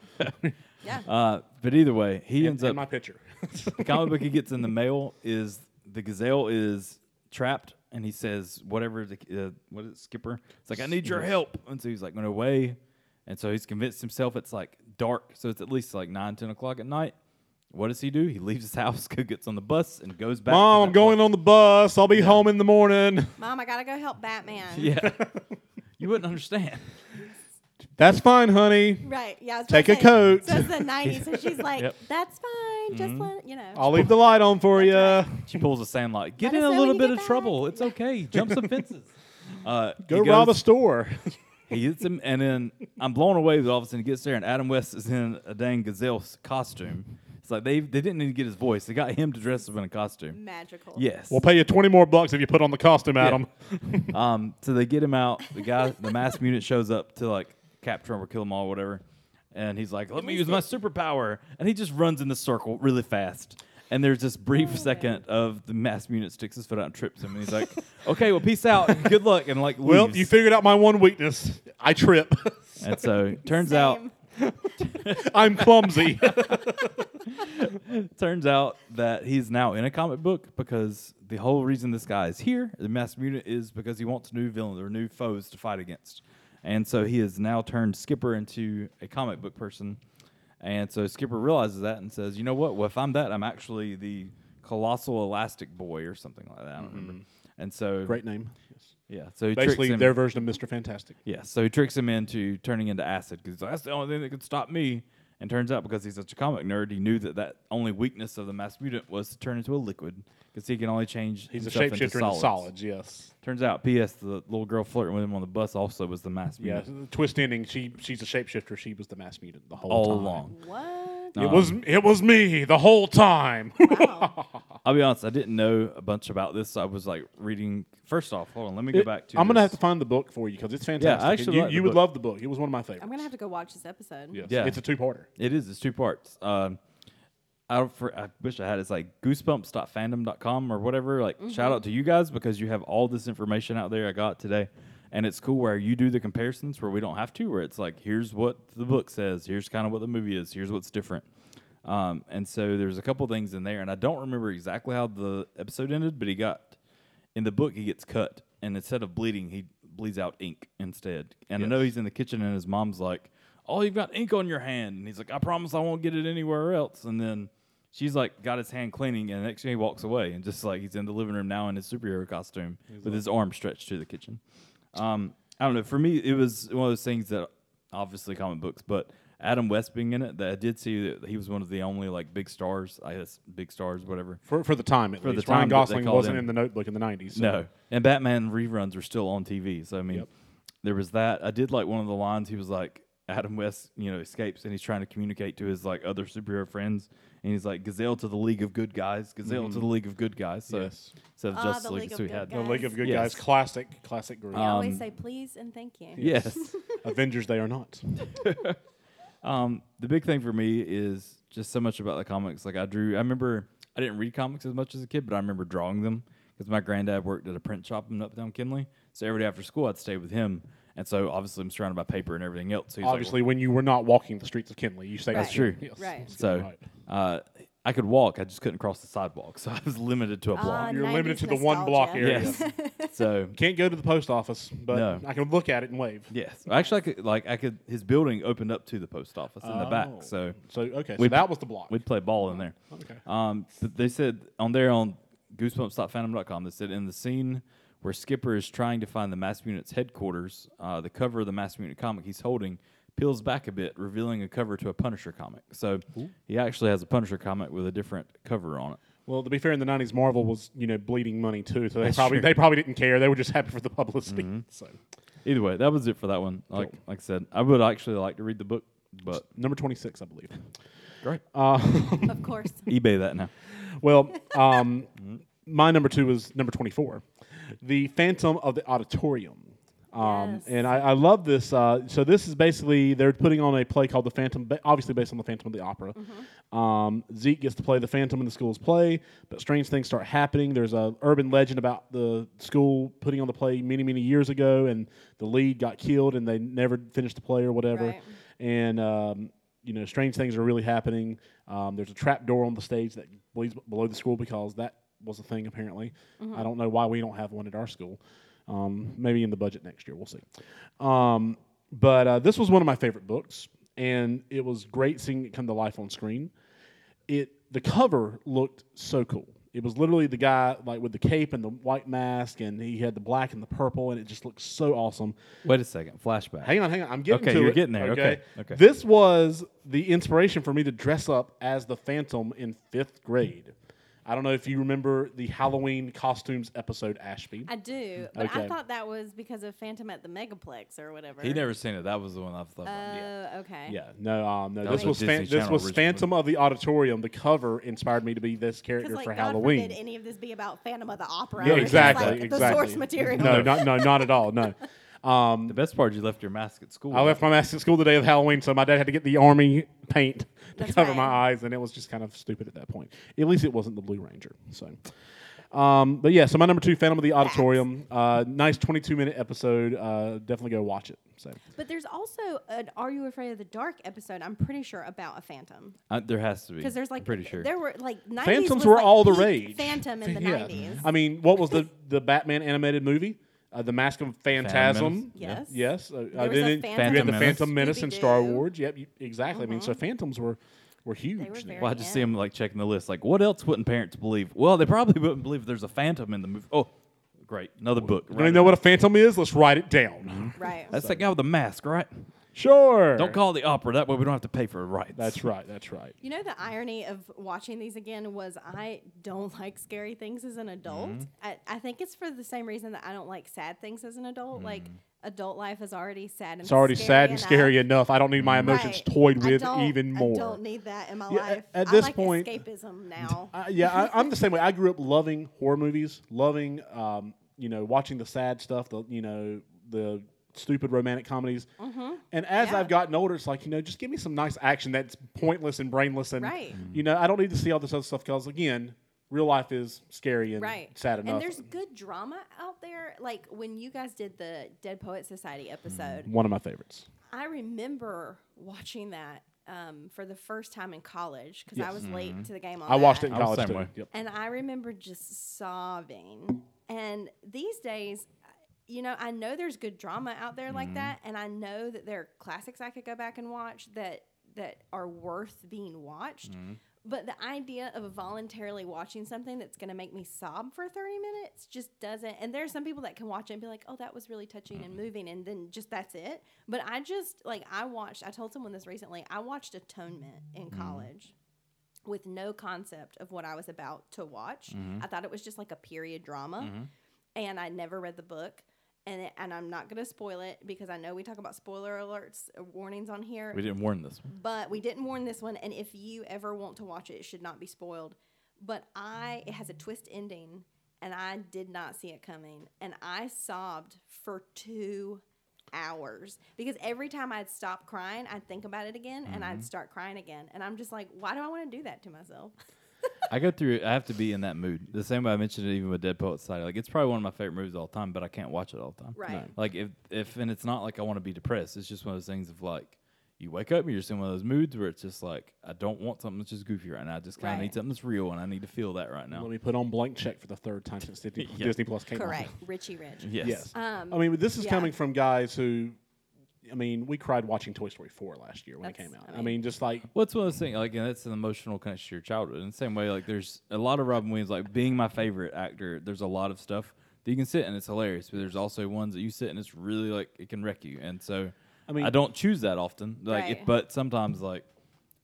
yeah. Uh, but either way, he ends up my picture. the comic book he gets in the mail is the gazelle is trapped, and he says whatever the uh, what is it, skipper? It's like I need your help, and so he's like no way, and so he's convinced himself it's like dark, so it's at least like nine ten o'clock at night. What does he do? He leaves his house, go gets on the bus, and goes back. to Mom, that I'm going place. on the bus. I'll be home in the morning. Mom, I gotta go help Batman. Yeah, you wouldn't understand. That's fine, honey. Right. Yeah. I was Take gonna a say, coat. Mm-hmm. So it's the nineties, and she's like, Yep. "That's fine. Just let you know." I'll leave the light on for you. She pulls a sandlight. Get Let in us a know when little you bit get of back." trouble. It's okay. Jump some fences. Uh, he Go rob a goes- store. He hits him, and then I'm blown away that all of a sudden he gets there, and Adam West is in a dang gazelle's costume. It's like they they didn't need to get his voice; they got him to dress up in a costume. Magical. Yes. we'll pay you 20 more bucks if you put on the costume, Adam. um. So they get him out. The guy, the masked mutant, shows up to like capture him or kill him all, whatever. And he's like, "Let me use my superpower," and he just runs in the circle really fast. And there's this brief second of the masked mutant sticks his foot out and trips him, and he's like, "Okay, well, peace out, good luck," and like, Well, leaves. you figured out my one weakness. I trip. and so turns out Same. I'm clumsy. Turns out that he's now in a comic book because the whole reason this guy is here, the mass mutant, is because he wants new villains or new foes to fight against. And so he has now turned Skipper into a comic book person. And so Skipper realizes that and says, you know what? Well, if I'm that, I'm actually the colossal elastic boy or something like that. I don't remember. And so, Mm-hmm. Great name. yeah. So he tricks Basically, him. their version of Mr. Fantastic. Yeah, so he tricks him into turning into acid because that's the only thing that could stop me. And turns out because he's such a comic nerd, he knew that that only weakness of the mass mutant was to turn into a liquid because he can only change. He's himself a shapeshifter into solids. solids, yes. Turns out, P.S. The little girl flirting with him on the bus also was the mass Yeah, mutant the twist ending. She she's a shapeshifter. She was the mass mutant the whole all time. along. Um, What? It was it was me the whole time. Wow. I'll be honest, I didn't know a bunch about this. I was like reading. First off, hold on, let me go back to. I'm gonna have this. to find the book for you because it's fantastic. I actually you, like the you would book. love the book. It was one of my favorites. I'm gonna have to go watch this episode. Yes. Yeah. it's a two parter. It is. It's two parts. Um, I don't for, I wish I had. It's like goosebumps.fandom.com or whatever. Like shout out to you guys because you have all this information out there. I got today, and it's cool where you do the comparisons where we don't have to. Where it's like here's what the book says. Here's kind of what the movie is. Here's what's different. Um, and so there's a couple things in there, and I don't remember exactly how the episode ended, but he got in the book he gets cut, and instead of bleeding, he bleeds out ink instead. And I know he's in the kitchen, and his mom's like, "Oh, you've got ink on your hand," and he's like, "I promise I won't get it anywhere else." And then she's like, got his hand cleaning, and the next thing he walks away, and just like he's in the living room now in his superhero costume with his arm stretched to the kitchen. Um, I don't know. For me, it was one of those things that obviously comic books, but Adam West being in it, that I did see that he was one of the only like big stars. I guess big stars, whatever. For, for the time, at the least. Ryan time that they Gosling called wasn't him. in the Notebook in the '90s. so- No. And Batman reruns are still on TV. So I mean, there was that. I did like one of the lines. He was like, Adam West, you know, escapes and he's trying to communicate to his like other superhero friends, and he's like, Gazelle to the League of Good Guys, Gazelle to the League of Good Guys. So Yes. instead of Ah, Justice the League, League so of we Good had the League of Good Yes. Um, Guys, classic classic group. They always say please and thank you. Yes. Avengers, they are not. Um, the big thing for me is just so much about the comics. Like I drew, I remember I didn't read comics as much as a kid, but I remember drawing them because my granddad worked at a print shop in Uptown Kinley. So every day after school, I'd stay with him, and so obviously I'm surrounded by paper and everything else. So he's like, Obviously, when you were not walking the streets of Kinley, you say That's true. Yes. Right. Let's get So it right. uh, I could walk, I just couldn't cross the sidewalk, so I was limited to a block. Ah, You're limited 90s to the one block nostalgia. area. yes. so Can't go to the post office, but No. I can look at it and wave. yes, actually, I could like I could. His building opened up to the post office in the Oh. back, so So okay, so We'd- that was the block. We'd play ball in there. Okay. Um, but they said on their own goosebumps.fandom.com, they said in the scene where Skipper is trying to find the Mass Mutant's headquarters, uh, the cover of the Mass Mutant comic he's holding peels back a bit, revealing a cover to a Punisher comic. So he actually has a Punisher comic with a different cover on it. Well, to be fair, in the '90s, Marvel was you know bleeding money too, so they That's probably true. Mm-hmm. they probably didn't care. They were just happy for the publicity. So Either way, that was it for that one. Like Cool. like I said, I would actually like to read the book, but number 26, I believe. great. of course. eBay that now. Well, um, my number two was number 24, The Phantom of the Auditorium. Um, Yes. And I, I love this. Uh, so, this is basically, they're putting on a play called The Phantom, ba- obviously based on The Phantom of the Opera. Mm-hmm. Um, Zeke gets to play the Phantom in the school's play, but strange things start happening. There's a urban legend about the school putting on the play many, many years ago, and the lead got killed, and they never finished the play or whatever Right. and um, you know strange things are really happening. Um, there's a trap door on the stage that leads below the school because that was a thing apparently. I don't know why we don't have one at our school. Um, maybe in the budget next year, we'll see. Um, but uh, this was one of my favorite books, and it was great seeing it come to life on screen. It the cover looked so cool. It was literally the guy like with the cape and the white mask, and he had the black and the purple, and it just looked so awesome. Wait a second, flashback. Hang on, hang on. I'm getting Okay, to you're it, getting there. Okay, okay. This was the inspiration for me to dress up as the Phantom in fifth grade. I don't know if you remember the Halloween costumes episode, Ashby. I do, but Okay. I thought that was because of Phantom at the Megaplex or whatever. He never seen it. That was the one I thought. Oh, about. okay. yeah, no, um, no. That This was was, a fan- Disney this Channel was original Phantom of the Auditorium. The cover inspired me to be this character Because like, for God Halloween. forbid any of this be about Phantom of the Opera. yeah, which is, exactly, like, exactly. The source material. No, not, no, not at all. No. Um, The best part is you left your mask at school. I left my mask at school the day of Halloween, so my dad had to get the army paint to That's cover right. my eyes, and it was just kind of stupid at that point. At least it wasn't the Blue Ranger. So, um, but yeah, so my number two, Phantom of the Auditorium, uh, nice twenty-two minute episode. Uh, definitely go watch it. So But there's also an Are You Afraid of the Dark episode, I'm pretty sure, about a Phantom. Uh, there has to be Because there's like, pretty sure. There were like 90s. Phantoms was, were like, all the peak rage. Phantom in the Yeah. 90s. I mean, what was the the Batman animated movie? Uh, the Mask of Phantasm. Menace. Yeah. Yes. Yes. Uh, uh, There was then a it- Phantom. you had the Phantom Phantom Menace Menace. in Star Scooby-Doo. Uh-huh. Wars. Yep. you- Exactly. I mean, so Phantoms were were huge. then. very well, I just see Yeah. him like checking the list. Like, what else wouldn't parents believe? Well, they probably wouldn't believe there's a phantom in the movie. Oh, great, another book. You want Right to know what a phantom is? Let's write it down. Right. That's that guy with the mask, right? Mm-hmm. Sure. Don't call the opera. That way we don't have to pay for rights. That's right. That's right. You know the irony of watching these again was I don't like scary things as an adult. Mm-hmm. I, I think it's for the same reason that I don't like sad things as an adult. Like adult life is already sad and Mm. It's already scary sad and enough. scary enough. I don't need my emotions Right. toyed I with don't- even I more. don't need that in my Yeah, life. at I this like point- escapism now. Uh, yeah, I, I'm the same way. I grew up loving horror movies, loving, um, you know, watching the sad stuff, the you know, the stupid romantic comedies. And as Mm-hmm. Yeah. I've gotten older, it's like you know, just give me some nice action that's pointless and brainless, and Right. Mhm. you know, I don't need to see all this other stuff because again, real life is scary and right. sad enough. And there's good drama out there. Like when you guys did the Dead Poet Society episode, one of my favorites. I remember watching that um, for the first time in college because I was late to the game. On Mm-hmm. I watched that. it in I was college the same too. way. Yep. And I remember just sobbing. And these days, uh, you know, I know there's good drama out there Mm-hmm. like that, and I know that there are classics I could go back and watch that that are worth being watched. Mm-hmm. But the idea of voluntarily watching something that's going to make me sob for 30 minutes just doesn't. And there are some people that can watch it and be like, oh, that was really touching and moving, and then just that's it. But I just, like, I watched, I told someone this recently, I watched Atonement in college with no concept of what I was about to watch. I thought it was just like a period drama, Mm-hmm. and I never read the book. And it, and I'm not gonna spoil it because I know we talk about spoiler alerts, uh, warnings on here, We didn't warn this one. but we didn't warn this one. And if you ever want to watch it, it should not be spoiled. But I, it has a twist ending, and I did not see it coming, and I sobbed for two hours because every time I'd stop crying, I'd think about it again, and Mm-hmm. I'd start crying again, and I'm just like, why do I want to do that to myself? I go through. I have to be in that mood. The same way I mentioned it, even with Dead Poet Society. Like it's probably one of my favorite movies of all time, but I can't watch it all the time. Right. No. Like if if and it's not like I want to be depressed. It's just one of those things of like you wake up and you're just in one of those moods where it's just like I don't want something that's just goofy right now. I just kind of Right. need something that's real and I need to feel that right now. Let me put on blank check for the third time since Disney, Yeah. Disney Plus came out. Correct, Richie Rich. Yes. Yes. Um, I mean, but this is yeah. coming from guys who, I mean, we cried watching Toy Story 4 last year when it That's- came out. I I mean, mean- just like, What's one of those things like, and that's an emotional connection to your childhood. In the same way, like there's a lot of Robin Williams, like being my favorite actor. There's a lot of stuff that you can sit and it's hilarious, but there's also ones that you sit and it's really like it can wreck you. And so, I mean- mean, I don't choose that often, like, it, Right. but sometimes like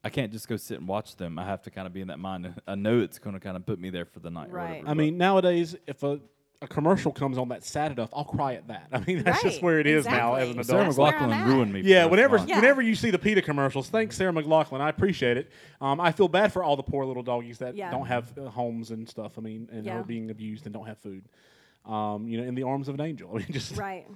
I can't just go sit and watch them. I have to kind of be in that mind. I know it's going to kind of put me there for the night. or Right. whatever, I but- mean, nowadays, if a, a commercial comes on that's sad enough, I'll cry at that. I mean, that's just Right, where it is now as exactly. an adult. Is Sarah That's where I'm McLaughlin at. ruined me. for Yeah, that whenever line. Yeah. whenever you see the PETA commercials, thanks Sarah McLaughlin. I appreciate it. Um, I feel bad for all the poor little doggies that Yeah. don't have uh, homes and stuff. I mean, and Yeah. are being abused and don't have food. Um, you know, in the arms of an angel. I mean, just Right.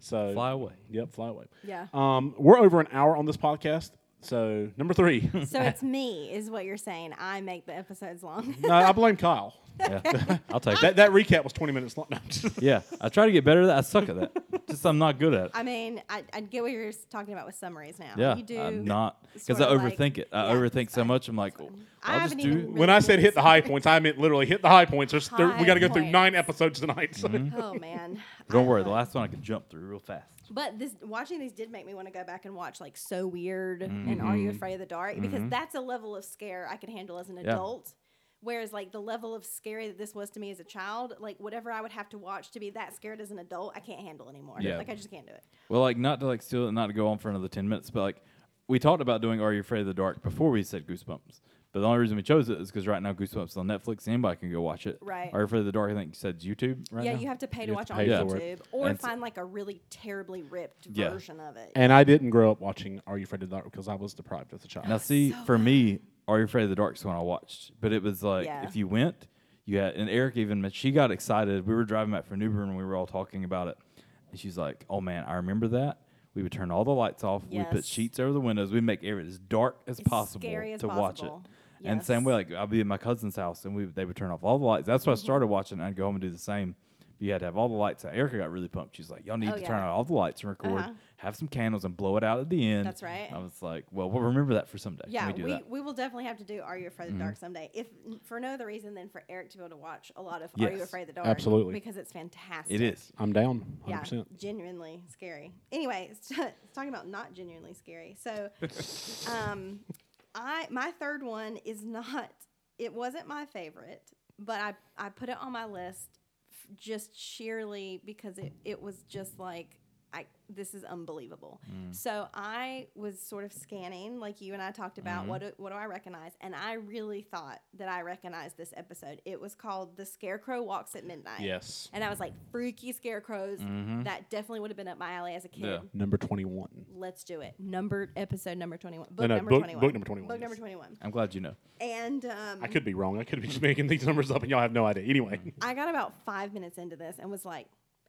So fly away. Yep, fly away. Yeah. Um, we're over an hour on this podcast. So number three, So it's me, is what you're saying. I make the episodes long. Mm-hmm. no, I blame Kyle. Yeah, I'll take That that. that recap was twenty minutes long. No, I'm just- Yeah, I try to get better at that. I suck at that. Just I'm not good at it. I mean, I, I get what you're s- talking about with summaries now. yeah, You do. I'm not because sort I of like- overthink it. I yeah, overthink it's so fine. much. I'm like, I I'll just haven't do. even when I said hit the high points, I meant literally hit the high points. There's, there, we High got to go through points. nine episodes tonight. So. Mm-hmm. Oh, man. Don't I worry, the love- last one I can jump through real fast. But this watching these did make me want to go back and watch like So Weird Mm-hmm. and Are You Afraid of the Dark because that's a level of scare I could handle as an adult. Whereas like the level of scary that this was to me as a child, like whatever I would have to watch to be that scared as an adult, I can't handle anymore. Yeah. Like I just can't do it. Well, like not to like steal it, and not to go on for another ten minutes, but like we talked about doing "Are You Afraid of the Dark" before we said Goosebumps. But the only reason we chose it is because right now Goosebumps is on Netflix. Anybody can go watch it. Right. Are You Afraid of the Dark? I think you said YouTube. Right. yeah, now? you have to pay to You watch have to pay on for YouTube it. or And s- find like a really terribly ripped Yeah. version of it. And I didn't grow up watching Are You Afraid of the Dark because I was deprived as a child. Now, see, for me, Are You Afraid of the Dark's one I watched, but it was like Yeah. if you went, you had, and Eric even met, she got excited. We were driving back from Newbern and we were all talking about it. And she's like, oh man, I remember that. We would turn all the lights off. We put Yes. sheets over the windows. We make everything as dark as As possible scary as to watch it. possible. And same Yes. way, like I'd be at my cousin's house and we they would turn off all the lights. That's Mm-hmm. why I started watching. and I'd go home and do the same. But you had to have all the lights out. Erica got really pumped. She's like, y'all need Oh, to turn yeah. out all the lights and record. Uh-huh. Have some candles and blow it out at the end. That's right. I was it's like, well, we'll remember that for someday. yeah, Can we do we, that? Mm-hmm. we will definitely have to do Are You Afraid of the Dark someday. If n- for no other reason than for Eric to be able to watch a lot of Are Yes. You Afraid of the Dark. Absolutely. Because it's fantastic. It is. I'm down 100%. Yeah, genuinely scary. Anyway, it's it's talking about not genuinely scary. So, um, I my third one is not. It wasn't my favorite, but I I put it on my list f- just sheerly because it it was just like. I, this is unbelievable. So I was sort of scanning, like you and I talked about, what do, what do I recognize? And I really thought that I recognized this episode. It was called "The Scarecrow Walks at Midnight." Yes. And I was like, freaky scarecrows. That definitely would have been up my alley as a kid. Yeah. Number 21. Let's do it. Number episode number twenty one. Book no, number book- twenty one. book number 21, Book yes. number twenty one. I'm glad you know. And um, I could be wrong. I could be just making these numbers up and y'all have no idea. Mm-hmm. Anyway, I got about five minutes into this and was like,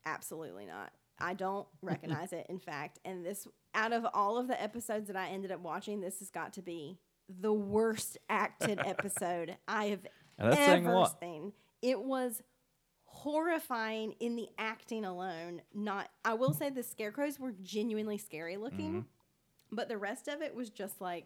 absolutely not. I don't recognize it. In fact, and this out of all of the episodes that I ended up watching, this has got to be the worst acted episode I have Now, that's saying a ever lot. seen. It was horrifying in the acting alone. Not, I will say the scarecrows were genuinely scary looking, Mm-hmm. but the rest of it was just like,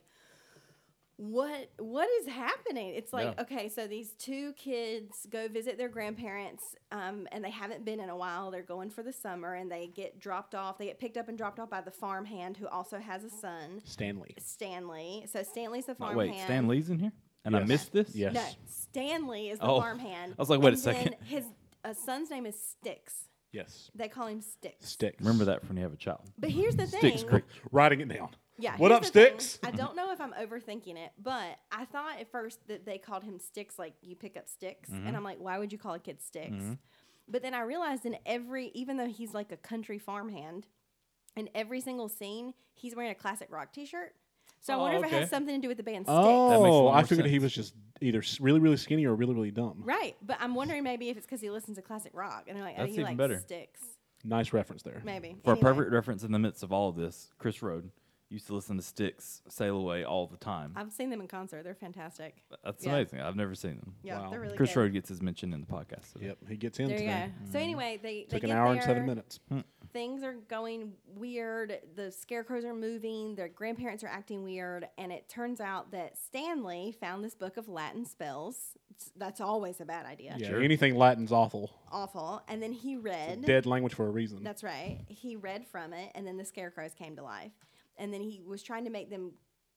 what what is happening? It's like Yeah. okay, so these two kids go visit their grandparents, um, and they haven't been in a while. They're going for the summer, and they get dropped off. They get picked up and dropped off by the farmhand who also has a son, Stanley. Stanley. So Stanley's the Oh, farmhand. wait, Stan Lee's in here, and I Yes. missed this. Yes. No, Stanley is the Oh. farmhand. I was like, wait a And then second. His uh, son's name is Sticks. Yes. They call him Sticks. Sticks. Remember that from when you have a child. But here's the Sticks thing. Creek. Writing it down. Yeah. What here's up, the thing. Sticks? I don't know if I'm overthinking it, but I thought at first that they called him Sticks, like you pick up sticks, Mm-hmm. and I'm like, why would you call a kid Sticks? But then I realized in every, even though he's like a country farmhand, in every single scene he's wearing a classic rock T-shirt. So I Oh, wonder if it okay. has something to do with the band Sticks. That makes a Oh, lot I more figured he sense. was just either s- really, really skinny or really, really dumb. Right, but I'm wondering maybe if it's because he listens to classic rock, and they're like, That's oh, you even like better. Sticks, Nice reference there. maybe. For Anyway. a perfect reference, in the midst of all of this, Chris Roden used to listen to Sticks sail away all the time. I've seen them in concert. They're fantastic. That's yeah. amazing. I've never seen them. Yeah, Wow. they're really Chris good. Roden gets his mention in the podcast. today. Yep, he gets in There you go. today. Mm-hmm. So anyway, they, they Took an get hour and there. seven minutes. Things are going weird. The scarecrows are moving. Their grandparents are acting weird, and it turns out that Stanley found this book of Latin spells. It's- That's always a bad idea. Yeah, Sure. anything Latin's awful. Awful. And then he read. Dead language for a reason. That's right. He read from it, and then the scarecrows came to life. And then he was trying to make them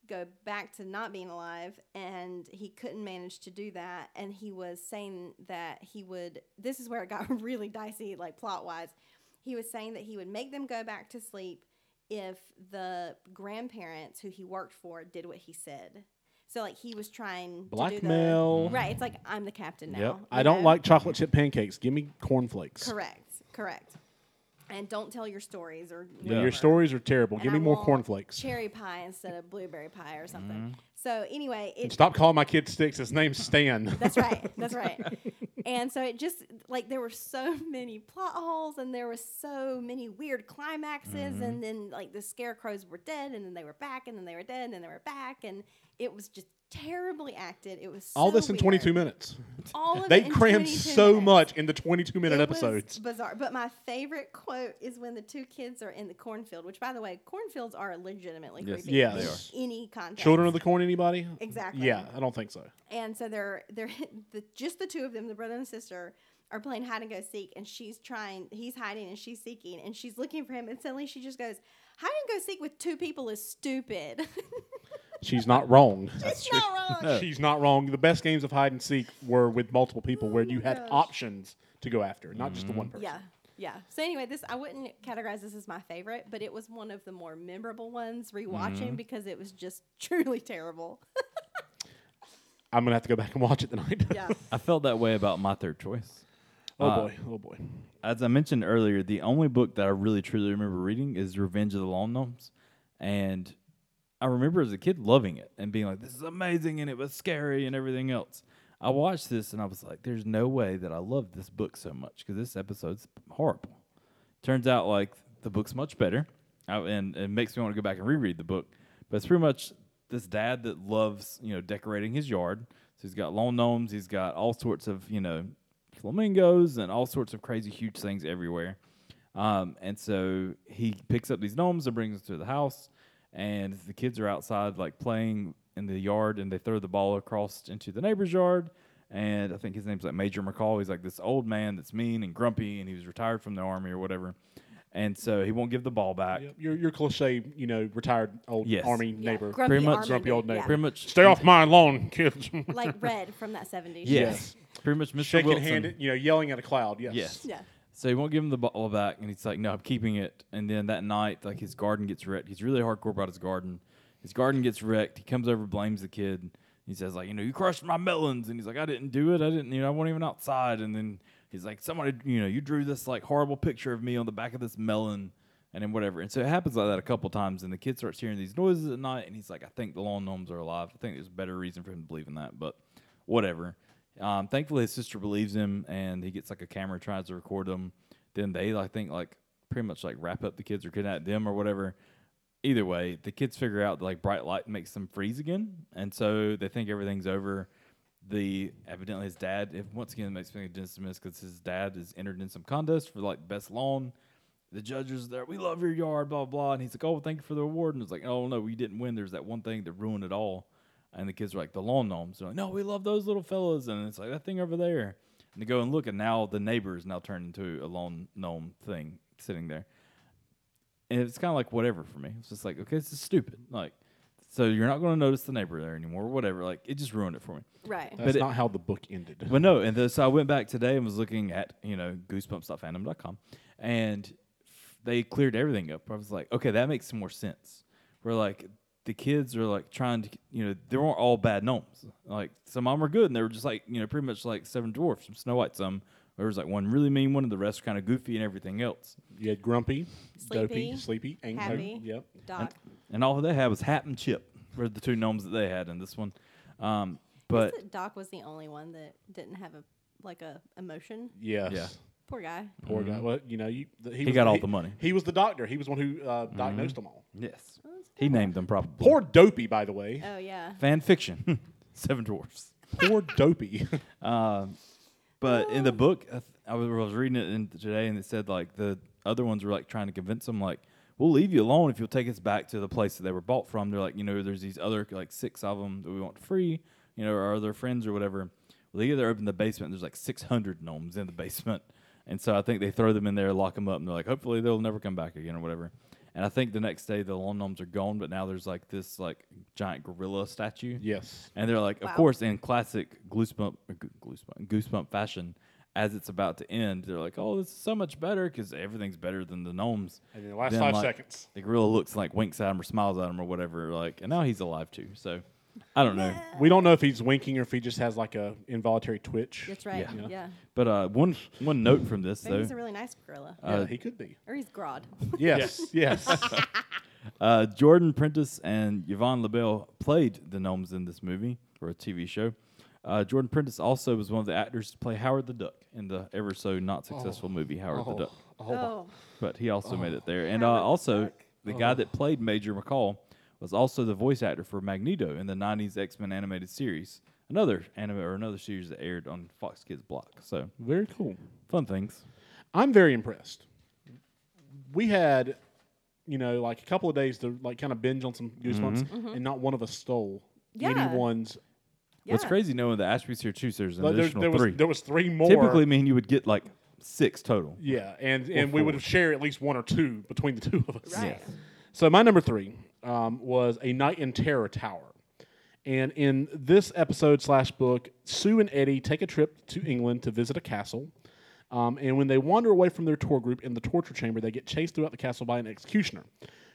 go back to not being alive, and he couldn't manage to do that. And he was saying that he would. This is where it got really dicey, like plot wise. He was saying that he would make them go back to sleep if the grandparents who he worked for did what he said. So like he was trying To Blackmail. do the, right. It's like I'm the captain now. Yep. you I don't know? like chocolate chip pancakes. Give me cornflakes. Correct. Correct. And don't tell your stories or Yeah. Your whatever. stories are terrible. And Give I me more want cornflakes. Cherry pie instead of blueberry pie or something. So anyway, And it, Stop calling my kid sticks. His name's Stan. that's right. That's right. and so it just like there were so many plot holes and there were so many weird climaxes and then like the scarecrows were dead and then they were back and then they were dead and then they were back and it was just terribly acted. It was so All this in 22 weird. minutes. All of They it in crammed 22 so minutes. much in the 22 minute It was episodes. bizarre. But my favorite quote is when the two kids are in the cornfield, which, by the way, cornfields are legitimately Yes, creepy. Yes. in they are. Any context. Children of the Corn, anybody? Exactly. Yeah, I don't think so. And so they're they're the, just the two of them, the brother and sister, are playing hide and go seek, and she's trying. He's hiding and she's seeking, and she's looking for him. And suddenly she just goes, "Hide and go seek with two people is stupid." She's not wrong. it's not wrong. She's not wrong. The best games of hide and seek were with multiple people where you had gosh. options to go after, not just the one Mm-hmm. person. Yeah. Yeah. So anyway, this I wouldn't categorize this as my favorite, but it was one of the more memorable ones rewatching Mm-hmm. because it was just truly terrible. I'm going to have to go back and watch it tonight. Yeah. I felt that way about my third choice. oh, Uh, boy. Oh, boy. as I mentioned earlier, the only book that I really truly remember reading is Revenge of the Long Gnomes, and I remember as a kid loving it and being like, "This is amazing," and it was scary and everything else. I watched this and I was like, "There's no way that I love this book so much because this episode's horrible." Turns out, like the book's much better, I, and it makes me want to go back and reread the book. But it's pretty much this dad that loves, you know, decorating his yard. So he's got long gnomes, he's got all sorts of, you know, flamingos and all sorts of crazy huge things everywhere. Um, and so he picks up these gnomes and brings them to the house, and the kids are outside like playing in the yard, and they throw the ball across into the neighbor's yard. And I think his name's like Major McCall. He's like this old man that's mean and grumpy, and he was retired from the army or whatever. And so he won't give the ball back. Your, your cliche, you know, retired old Yes. army Yeah, neighbor. Grumpy Pretty much army grumpy dude, old neighbor. yeah. Pretty much, Stay off my lawn, kids. Like red from that 70s. Yes. Pretty much, Mr. Shaking Wilson. handed, you know, yelling at a cloud. Yes. Yes. Yeah. So he won't give him the ball back, and he's like, "No, I'm keeping it." And then that night, like his garden gets wrecked. He's really hardcore about his garden. His garden gets wrecked. He comes over, blames the kid. He says, "Like, you know, you crushed my melons." And he's like, "I didn't do it. I didn't. You know, I wasn't even outside." And then he's like, "Somebody, you know, you drew this like horrible picture of me on the back of this melon." And then whatever. And so it happens like that a couple times. And the kid starts hearing these noises at night. And he's like, I think the lawn gnomes are alive. I think there's a better reason for him to believe in that. But whatever. Um, thankfully, his sister believes him, and he gets like a camera, tries to record them. Then they, I think, like pretty much like wrap up the kids or kidnap them or whatever. Either way, the kids figure out that, like bright light makes them freeze again, and so they think everything's over. The evidently his dad, if once again, it makes me dismiss because his dad is entered in some contest for like best lawn. The judge is there. We love your yard, blah blah. And he's like, "Oh, thank you for the award." And it's like, "Oh no, we didn't win. There's that one thing that ruined it all." And the kids are like, the lawn gnomes. They're like, no, we love those little fellas. And it's like, that thing over there. And they go and look, and now the neighbor is now turned into a lawn gnome thing sitting there. And it's kind of like, whatever for me. It's just like, okay, this is stupid. Like, so you're not going to notice the neighbor there anymore, whatever. Like, it just ruined it for me. Right. That's But it- not how the book ended. But no, and the, so I went back today and was looking at you know goosebumps.fandom.com, and they cleared everything up. I was like, okay, that makes some more sense. We're like the kids are like trying to you know they weren't all bad gnomes. Like some of them were good, and they were just like you know pretty much like seven dwarfs from Snow White. Some there was like one really mean one, and the rest kind of goofy and everything else. You had grumpy, Sleepy, dopey, sleepy, angry. happy. Yep. Doc. And all they had was Hat and Chip were the two gnomes that they had in this one. Um, but Isn't Doc was the only one that didn't have a like a emotion. Yes. Yeah. Mm-hmm. Poor guy. Poor guy. Well, you know, you, th- he, was- got all he- the money. Mm-hmm. He was the doctor. He was the one who uh, diagnosed them all. yes, he named them probably Poor dopey, by the way. Oh yeah. fan fiction, Seven Dwarfs. Oh. Poor dopey. Um, but in the book, I, th- I was I was reading it in today, and it said like the other ones were like trying to convince them like we'll leave you alone if you'll take us back to the place that they were bought from. They're like, you know, there's these other like six of them that we want free, you know, or other friends or whatever. Well, they either open the basement. There's like 600 gnomes in the basement, and so I think they throw them in there, lock them up, and they're like, hopefully they'll never come back again or whatever. And I think the next day the lawn gnomes are gone, but now there's like this like giant gorilla statue. yes. And they're like, Wow. of course, in classic goosebump, or Goo- goosebump, goosebump fashion, as it's about to end, they're like, oh, this is so much better because everything's better than the gnomes. And then the last five like, seconds. The gorilla looks like winks at him or smiles at him or whatever. Like, and now he's alive too. So I don't know. We don't know if he's winking or if he just has like a involuntary twitch. That's right. Yeah. Yeah. But uh, one one note from this Maybe though, he's a really nice gorilla. yeah, he could be. or he's Grodd. Yes, yes. uh, Jordan Prentice and Yvonne LaBelle played the gnomes in this movie or a TV show. Uh, Jordan Prentice also was one of the actors to play Howard the Duck in the ever so not successful movie Howard the Duck. oh. But he also made it there, and uh, Howard the also Duck. the guy that played Major McCall was also the voice actor for Magneto in the '90s X Men animated series, another anime or another series that aired on Fox Kids Block. So Very cool. fun things. I'm very impressed. We had, you know, like a couple of days to like kind of binge on some Goosebumps, Mm-hmm. and not one of us stole Mm-hmm. Yeah. anyone's. What's Yeah. crazy knowing that Ashby's here too, so there's an But there's, additional there was three. there was three more. Typically, I mean you would get like six total. yeah, and and we would have shared at least one or two between the two of us. Right. Yes. So my number three um, was a Night in Terror Tower, and in this episode slash book, Sue and Eddie take a trip to England to visit a castle, um, and when they wander away from their tour group in the torture chamber, they get chased throughout the castle by an executioner.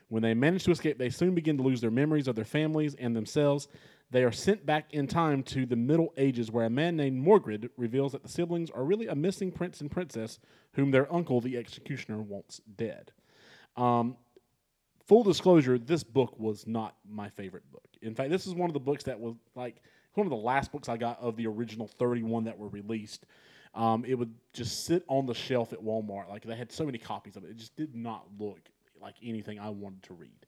When they manage to escape, they soon begin to lose their memories of their families and themselves. They are sent back in time to the Middle Ages, where a man named Morgrid reveals that the siblings are really a missing prince and princess, whom their uncle, the executioner, wants dead full disclosure, this book was not my favorite book. In fact, this is one of the books that was like one of the last books I got of the original 31 that were released. Um, it would just sit on the shelf at Walmart. Like they had so many copies of it. It just did not look like anything I wanted to read.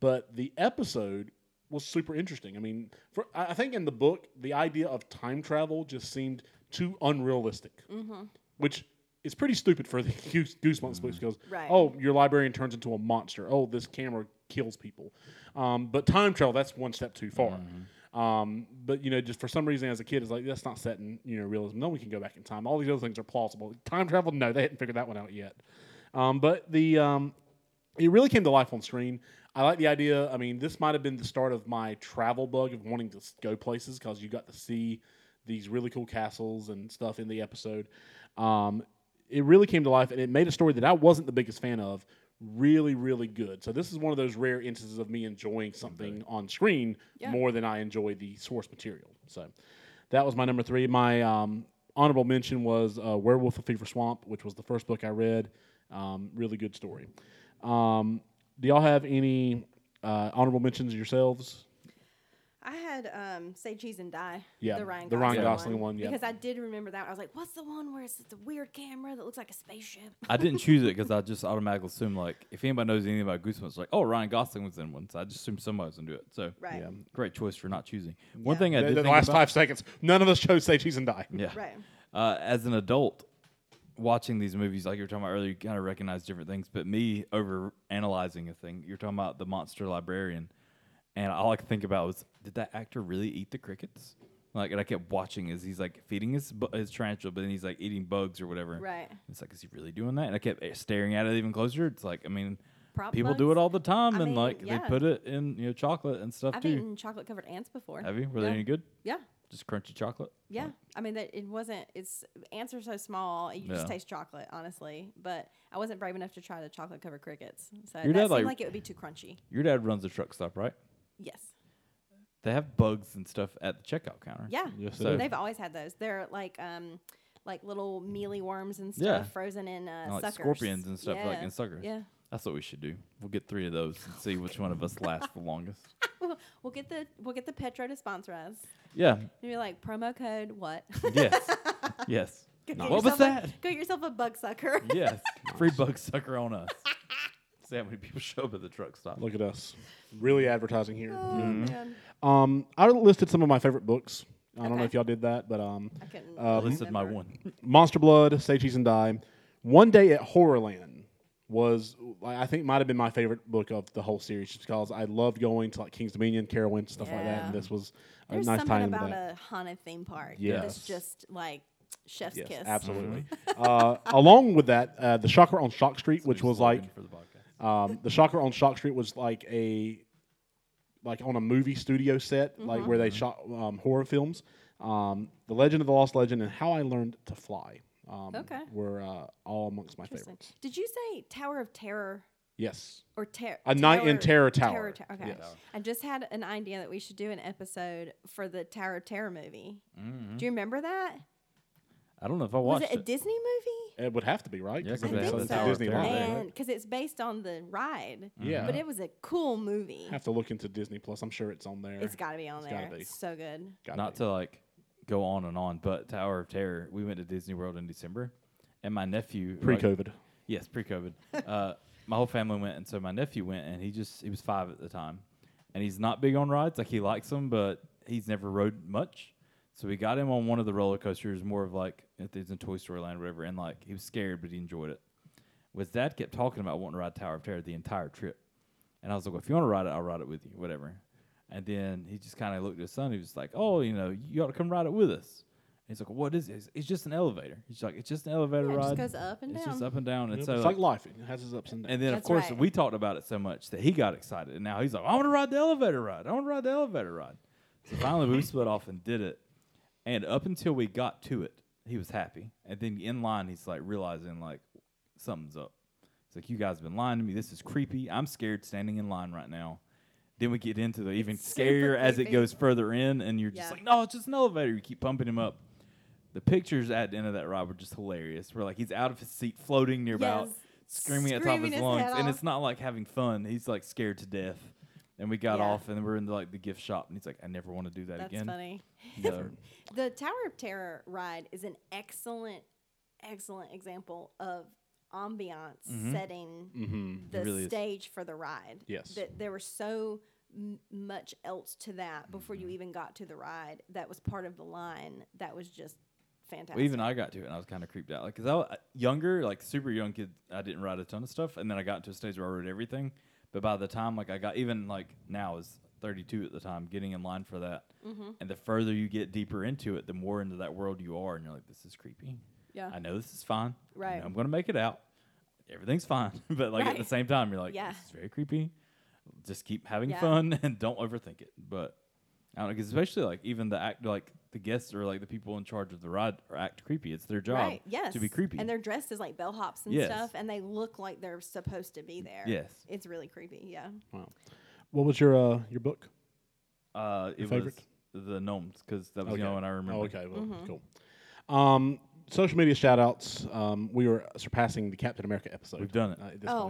But the episode was super interesting. I mean, for, I I think in the book, the idea of time travel just seemed too unrealistic, which is pretty stupid for the Goose- Goosebumps books because, Right. oh, your librarian turns into a monster. Oh, this camera kills people. Um, but time travel, that's one step too far. Um, but you know, just for some reason, as a kid, it's like that's not set in you know realism. No one can go back in time. All these other things are plausible. Time travel, no, they hadn't figured that one out yet. Um, but the um, it really came to life on screen. I like the idea. I mean, this might have been the start of my travel bug of wanting to s- go places because you got to see these really cool castles and stuff in the episode. Um, it really came to life, and it made a story that I wasn't the biggest fan of really, really good. So this is one of those rare instances of me enjoying something on screen Yeah. more than I enjoy the source material. So that was my number three. My um, honorable mention was uh, Werewolf of Fever Swamp, which was the first book I read. Um, really good story. Um, do y'all have any uh, honorable mentions yourselves? I had um, Say Cheese and Die. Yeah, The Ryan, the Ryan Gosling Gosling one, yeah. Because I did remember that. I was like, what's the one where it's, it's a weird camera that looks like a spaceship? I didn't choose it because I just automatically assume like if anybody knows anything about Goosebumps, like oh Ryan Gosling was in one, so I just assume somebody was gonna do it. So Right. Yeah. great choice for not choosing. One Yeah. thing I The, did the think last about- five seconds. None of us chose Say Cheese and Die. Yeah. Right. Uh, as an adult, watching these movies, like you were talking about earlier, you kind of recognize different things. But me over analyzing a thing, you're talking about the monster librarian, and all I could think about was, did that actor really eat the crickets? Like, and I kept watching as he's like feeding his bu- his tarantula, but then he's like eating bugs or whatever. Right. It's like, is he really doing that? And I kept eh, staring at it even closer. It's like, I mean, Prop people do bugs? it all the time, I and mean, like they yeah. put it in you know chocolate and stuff I've too. eaten chocolate covered ants before. Have you? Were yeah. they any good? Yeah. Just crunchy chocolate. Yeah. I mean, that it wasn't, it's, ants are so small, you Yeah. just taste chocolate, honestly. But I wasn't brave enough to try the chocolate covered crickets. So Your that dad, seemed like- like, it would be too crunchy. Your dad runs a truck stop, right? Yes. They have bugs and stuff at the checkout counter. Yeah. Yes, it So- is. They've always had those. They're like, um, like little mealy worms and stuff Yeah. frozen in uh, And, like suckers. scorpions and stuff like Yeah. in suckers. Yeah. That's what we should do. We'll get three of those and see which one of us lasts the longest. We'll, we'll get the we'll get the Petro to sponsor us. Yeah. And you're like promo code what? Yes. yes. Go get What was yourself that? Mm-hmm. A, go get yourself a bug sucker. yes. Free bug sucker on us. see how many people show up at the truck stop. Look at us, really advertising here. Oh man, Um, I listed some of my favorite books. I don't know Okay. if y'all did that, but um, I couldn't. I Uh, listed my remember. one. Monster Blood, Say Cheese and Die. One Day at Horrorland was like, I think might have been my favorite book of the whole series just because I loved going to like King's Dominion, Carowinds, stuff like that. Yeah. And this was a There's nice something time into about that. a haunted theme park Yes. that's just like chef's yes, kiss. absolutely. uh, along with that, uh, the Shocker on Shock Street, which was like for the podcast. um, the Shocker on Shock Street was like a like on a movie studio set, like Mm-hmm. where they shot um, horror films. Um, the Legend of the Lost Legend and How I Learned to Fly um, Okay. were uh, all amongst my Interesting. favorites. Did you say Tower of Terror? Yes. or ter- A Night in Terror Tower. Ter- okay. Yes. I just had an idea that we should do an episode for the Tower of Terror movie. Do you remember that? Mm-hmm. I don't know if I Was watched it a it. Disney movie? It would have to be right. Yeah, 'Cause 'cause it's they have it's the a Tower of Disney Terror. ride. And because it's based on the ride. Yeah. But it was a cool movie. have to look into Disney Plus. I'm sure it's on there. It's got to be on It's there. gotta be. It's so good. Gotta Not be. to like go on and on, but Tower of Terror. We went to Disney World in December, and my nephew like- pre-COVID. Yes, pre-COVID. uh, my whole family went, and so my nephew went, and he just he was five at the time, and he's not big on rides. Like he likes them, but he's never rode much. So we got him on one of the roller coasters, more of like if there's in Toy Story Land or whatever, and like he was scared, but he enjoyed it. Was dad kept talking about wanting to ride Tower of Terror the entire trip, and I was like, well, if you want to ride it, I'll ride it with you, whatever. And then he just kind of looked at his son. He was like, oh, you know, you ought to come ride it with us. And he's like, what is it? He's- It's just an elevator. He's like, it's just an elevator Yeah, it ride. just goes up and It's down. just up and down. And It's so like, like, life. It has its ups and downs. and then, of That's course, right. we talked about it so much that he got excited. And now he's like, I want to ride the elevator ride. I want to ride the elevator ride. So finally, we split off and did it. And up until we got to it, he was happy. And then in line, he's like realizing, like, something's up. It's like, you guys have been lying to me. This is creepy. I'm scared standing in line right now. Then we get into the even It's super scarier as it creepy. goes further in, and you're just Yeah. like, no, it's just an elevator. You keep pumping him up. The pictures at the end of that ride were just hilarious. We're like, he's out of his seat, floating near about, Yes. screaming at the top of Screaming his, his lungs, head and off. it's not like having fun. He's like scared to death. And we got Yeah. off, and we're in the, like the gift shop, and he's like, "I never want to do that That's again." funny. No. The Tower of Terror ride is an excellent, excellent example of ambiance setting the It Mm-hmm. really is. stage for the ride. Mm-hmm. Yes. That there was so m- much else to that before Mm-hmm. you even got to the ride that was part of the line that was just fantastic. Well, even I got to it, and I was kind of creeped out. Like, cause I was younger, like super young kid, I didn't ride a ton of stuff, and then I got to a stage where I rode everything. But by the time, like, I got even like now is 32 at the time, getting in line for that, Mm-hmm. and the further you get deeper into it, the more into that world you are, and you're like, this is creepy. Yeah. I know this is fine. I Right. know I'm gonna make it out. Everything's fine, but like at the Right. same time, you're like, Yeah. this is very creepy. Just keep having Yeah. fun and don't overthink it. But I don't know, 'cause especially like even the act, like the guests or like the people in charge of the ride are act creepy. It's their job right? Yes. to be creepy. and they're dressed as like bellhops and Yes. stuff, and they look like they're supposed to be there. Yes. It's really creepy. Yeah. wow. What was your uh, your book? uh, it favorite? was the gnomes because that was the Okay. only one I remember. Oh, okay. Well, Mm-hmm. cool. Um, social media shout outs. Um, we were surpassing the Captain America episode. We've done it. Uh, at this Oh.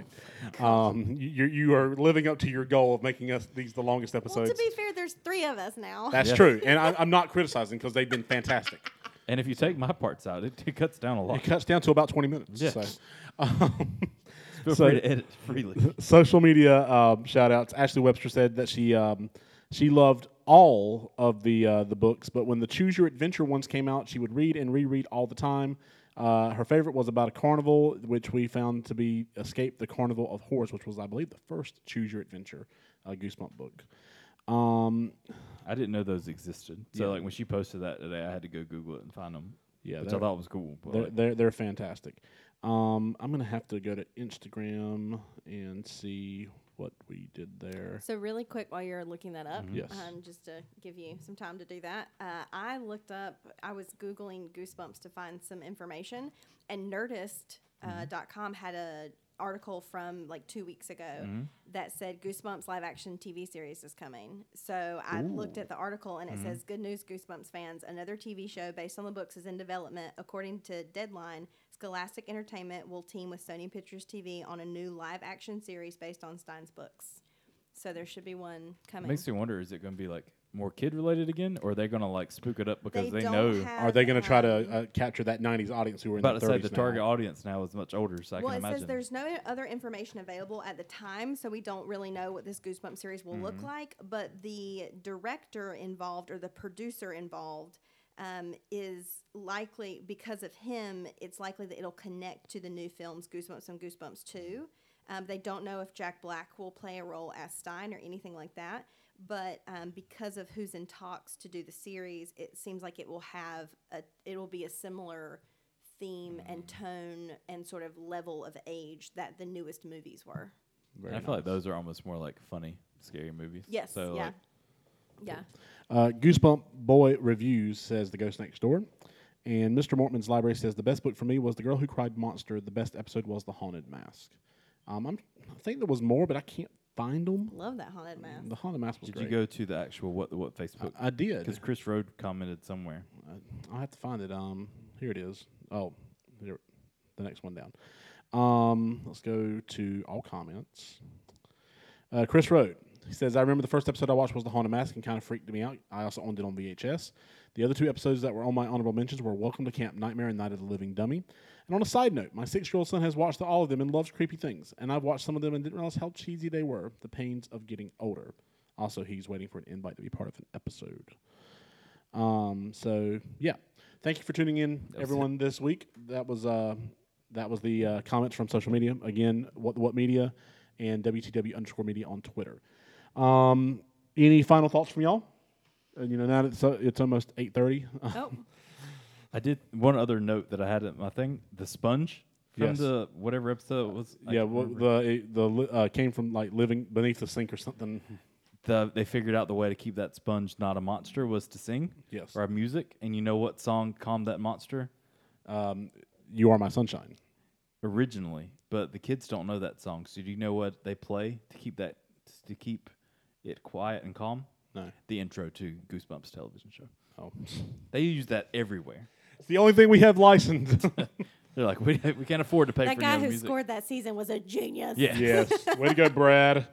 point. Um, you, you are living up to your goal of making us these the longest Well, episodes. to be fair, there's three of us now. That's Yes. true. And I, I'm not criticizing because they've been fantastic. And if you take my parts out, it, it cuts down a lot. It cuts down to about 20 minutes. Yeah. So. Um, Feel so- free to edit freely. social media um, shout outs. Ashley Webster said that she um, she loved all of the uh, the books, but when the Choose Your Adventure ones came out, she would read and reread all the time. Uh, her favorite was about a carnival, which we found to be Escape the Carnival of Horrors, which was, I believe, the first Choose Your Adventure uh, Goosebump book. Um, I didn't know those existed. So Yeah. like when she posted that today, I had to go Google it and find them. Yeah, which I they're- thought was cool. But They're, like, they're, they're fantastic. Um, I'm going to have to go to Instagram and see what we did there. So really quick, while you're looking that up, Yes. um, just to give you some time to do that, uh, I looked up. I was googling Goosebumps to find some information, and Nerdist uh, dot .com had a article from like two weeks ago that said Goosebumps live action TV series is coming. So I looked at the article and it says good news Goosebumps fans another TV show based on the books is in development according to Deadline. Scholastic Entertainment will team with Sony Pictures TV on a new live action series based on Stein's books. So there should be one it coming. makes me wonder: is it going to be like more kid related again, or are they going to like spook it up because they, don't know? Are they going to try um, to uh, capture that '90s audience who were in the about to 30s say the now? target audience now is much older, so I well, can it imagine. says there's no other information available at the time, so we don't really know what this Goosebump series will Mm-hmm. look like. But the director involved or the producer involved um, is likely, because of him, it's likely that it'll connect to the new films Goosebumps and Goosebumps 2. Mm-hmm. Um, they don't know if Jack Black will play a role as Stein or anything like that. But um, because of who's in talks to do the series, it seems like it will have a, it'll be a similar theme and Mm. tone and sort of level of age that the newest movies were. Very I feel like nice. those are almost more like funny, scary movies. Yes. So yeah. like, yeah. Uh, Goosebump Boy Reviews says The Ghost Next Door. And Mr. Mortman's Library says the best book for me was The Girl Who Cried Monster. The best episode was The Haunted Mask. Um, I'm, I think there was more, but I can't find them. Love that haunted mask. Mm. The haunted mask was Did great. you go to the actual what the what Facebook? I did. Because Chris Road commented somewhere. I- I'll have to find it. Um, here it is. Oh, here, the next one down. Um, let's go to all comments. Uh, Chris Road. He says, I remember the first episode I watched was The Haunted Mask and kind of freaked me out. I also owned it on VHS. The other two episodes that were on my honorable mentions were Welcome to Camp Nightmare and Night of the Living Dummy. And on a side note, my six year old son has watched all of them and loves creepy things. And I've watched some of them and didn't realize how cheesy they were. The pains of getting older. Also, he's waiting for an invite to be part of an episode. Um, so yeah, thank you for tuning in, everyone, this week. That was uh, that was the uh, comments from social media. Again, what what media and WTW underscore media on Twitter. Um, any final thoughts from y'all? Uh, you know, now that it's, uh, it's almost eight thirty. Oh, I did one other note that I had in my thing. The sponge from Yes. the whatever episode it was. I yeah, can't well, remember. the it- the li- uh, came from like living beneath the sink or something. the they figured out the way to keep that sponge not a monster was to sing. Yes. Or music, and you know what song calmed that monster You are my sunshine. originally, but the kids don't know that song. So do you know what they play to keep that to keep it quiet and calm? No. The intro to Goosebumps television show. Oh, They use that everywhere. it's the only thing we have licensed. They're like, we, we can't afford to pay that for guy no who music. scored that season was a genius. yeah. yes, way to go, Brad.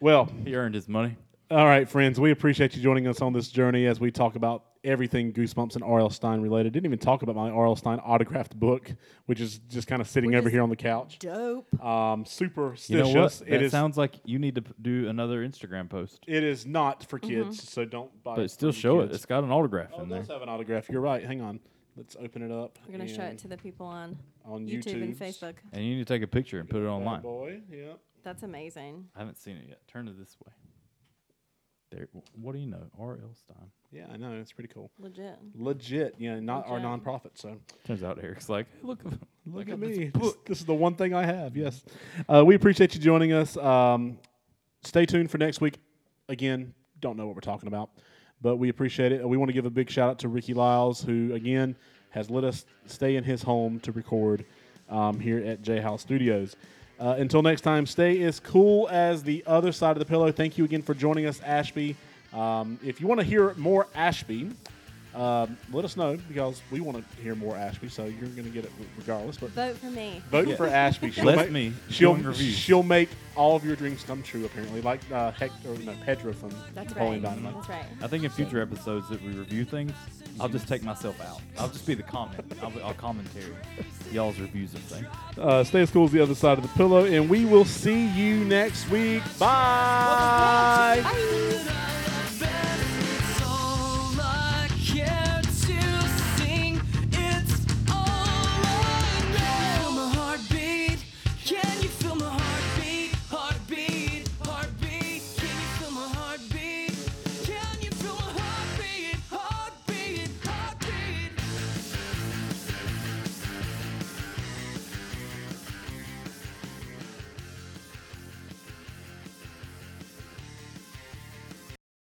well, he earned his money. All right, friends, we appreciate you joining us on this journey as we talk about everything Goosebumps and R.L. Stein related. Didn't even talk about my R.L. Stein autographed book, which is just kind of sitting over is- here on the couch. Dope. Um, You know what? superstitious. That it is. sounds like you need to p- do another Instagram post, it is not for Mm-hmm. kids, so don't buy. but it still for your show it. kids. It's got an autograph Oh, it in there. does have an autograph. You're right. Hang on. Let's open it up. We're gonna show it and- to the people on on YouTube and YouTube's. Facebook. And you need to take a picture and put it Bad online. Boy, yeah. That's amazing. I haven't seen it yet. Turn it this way. There. What do you know? R.L. Stein. Yeah, I know. It's pretty cool. Legit. Legit, you know, not our Legit. nonprofit. So. Turns out Eric's like, hey, look, look, Look up at this me. book. This, this is the one thing I have. Yes. Uh, we appreciate you joining us. Um, stay tuned for next week. Again, don't know what we're talking about, but we appreciate it. We want to give a big shout out to Ricky Lyles, who, again, has let us stay in his home to record um, here at J House Studios. Uh, until next time, stay as cool as the other side of the pillow. Thank you again for joining us, Ashby. Um, if you want to hear more Ashby, um, let us know because we want to hear more Ashby. So you're going to get it re- regardless. But Vote for me. Vote Yeah. for Ashby. She'll Bless make, me. Doing She'll reviews. she'll make all of your dreams come true. Apparently, like uh, Hector, no, Pedro from That's Napoleon right. Dynamite. That's right. I think in future episodes that we review things, I'll just take myself out. I'll just be the comment. I'll, I'll commentary y'all's reviews of things. Uh, stay as cool as the other side of the pillow, and we will see you next week. Bye. Bye.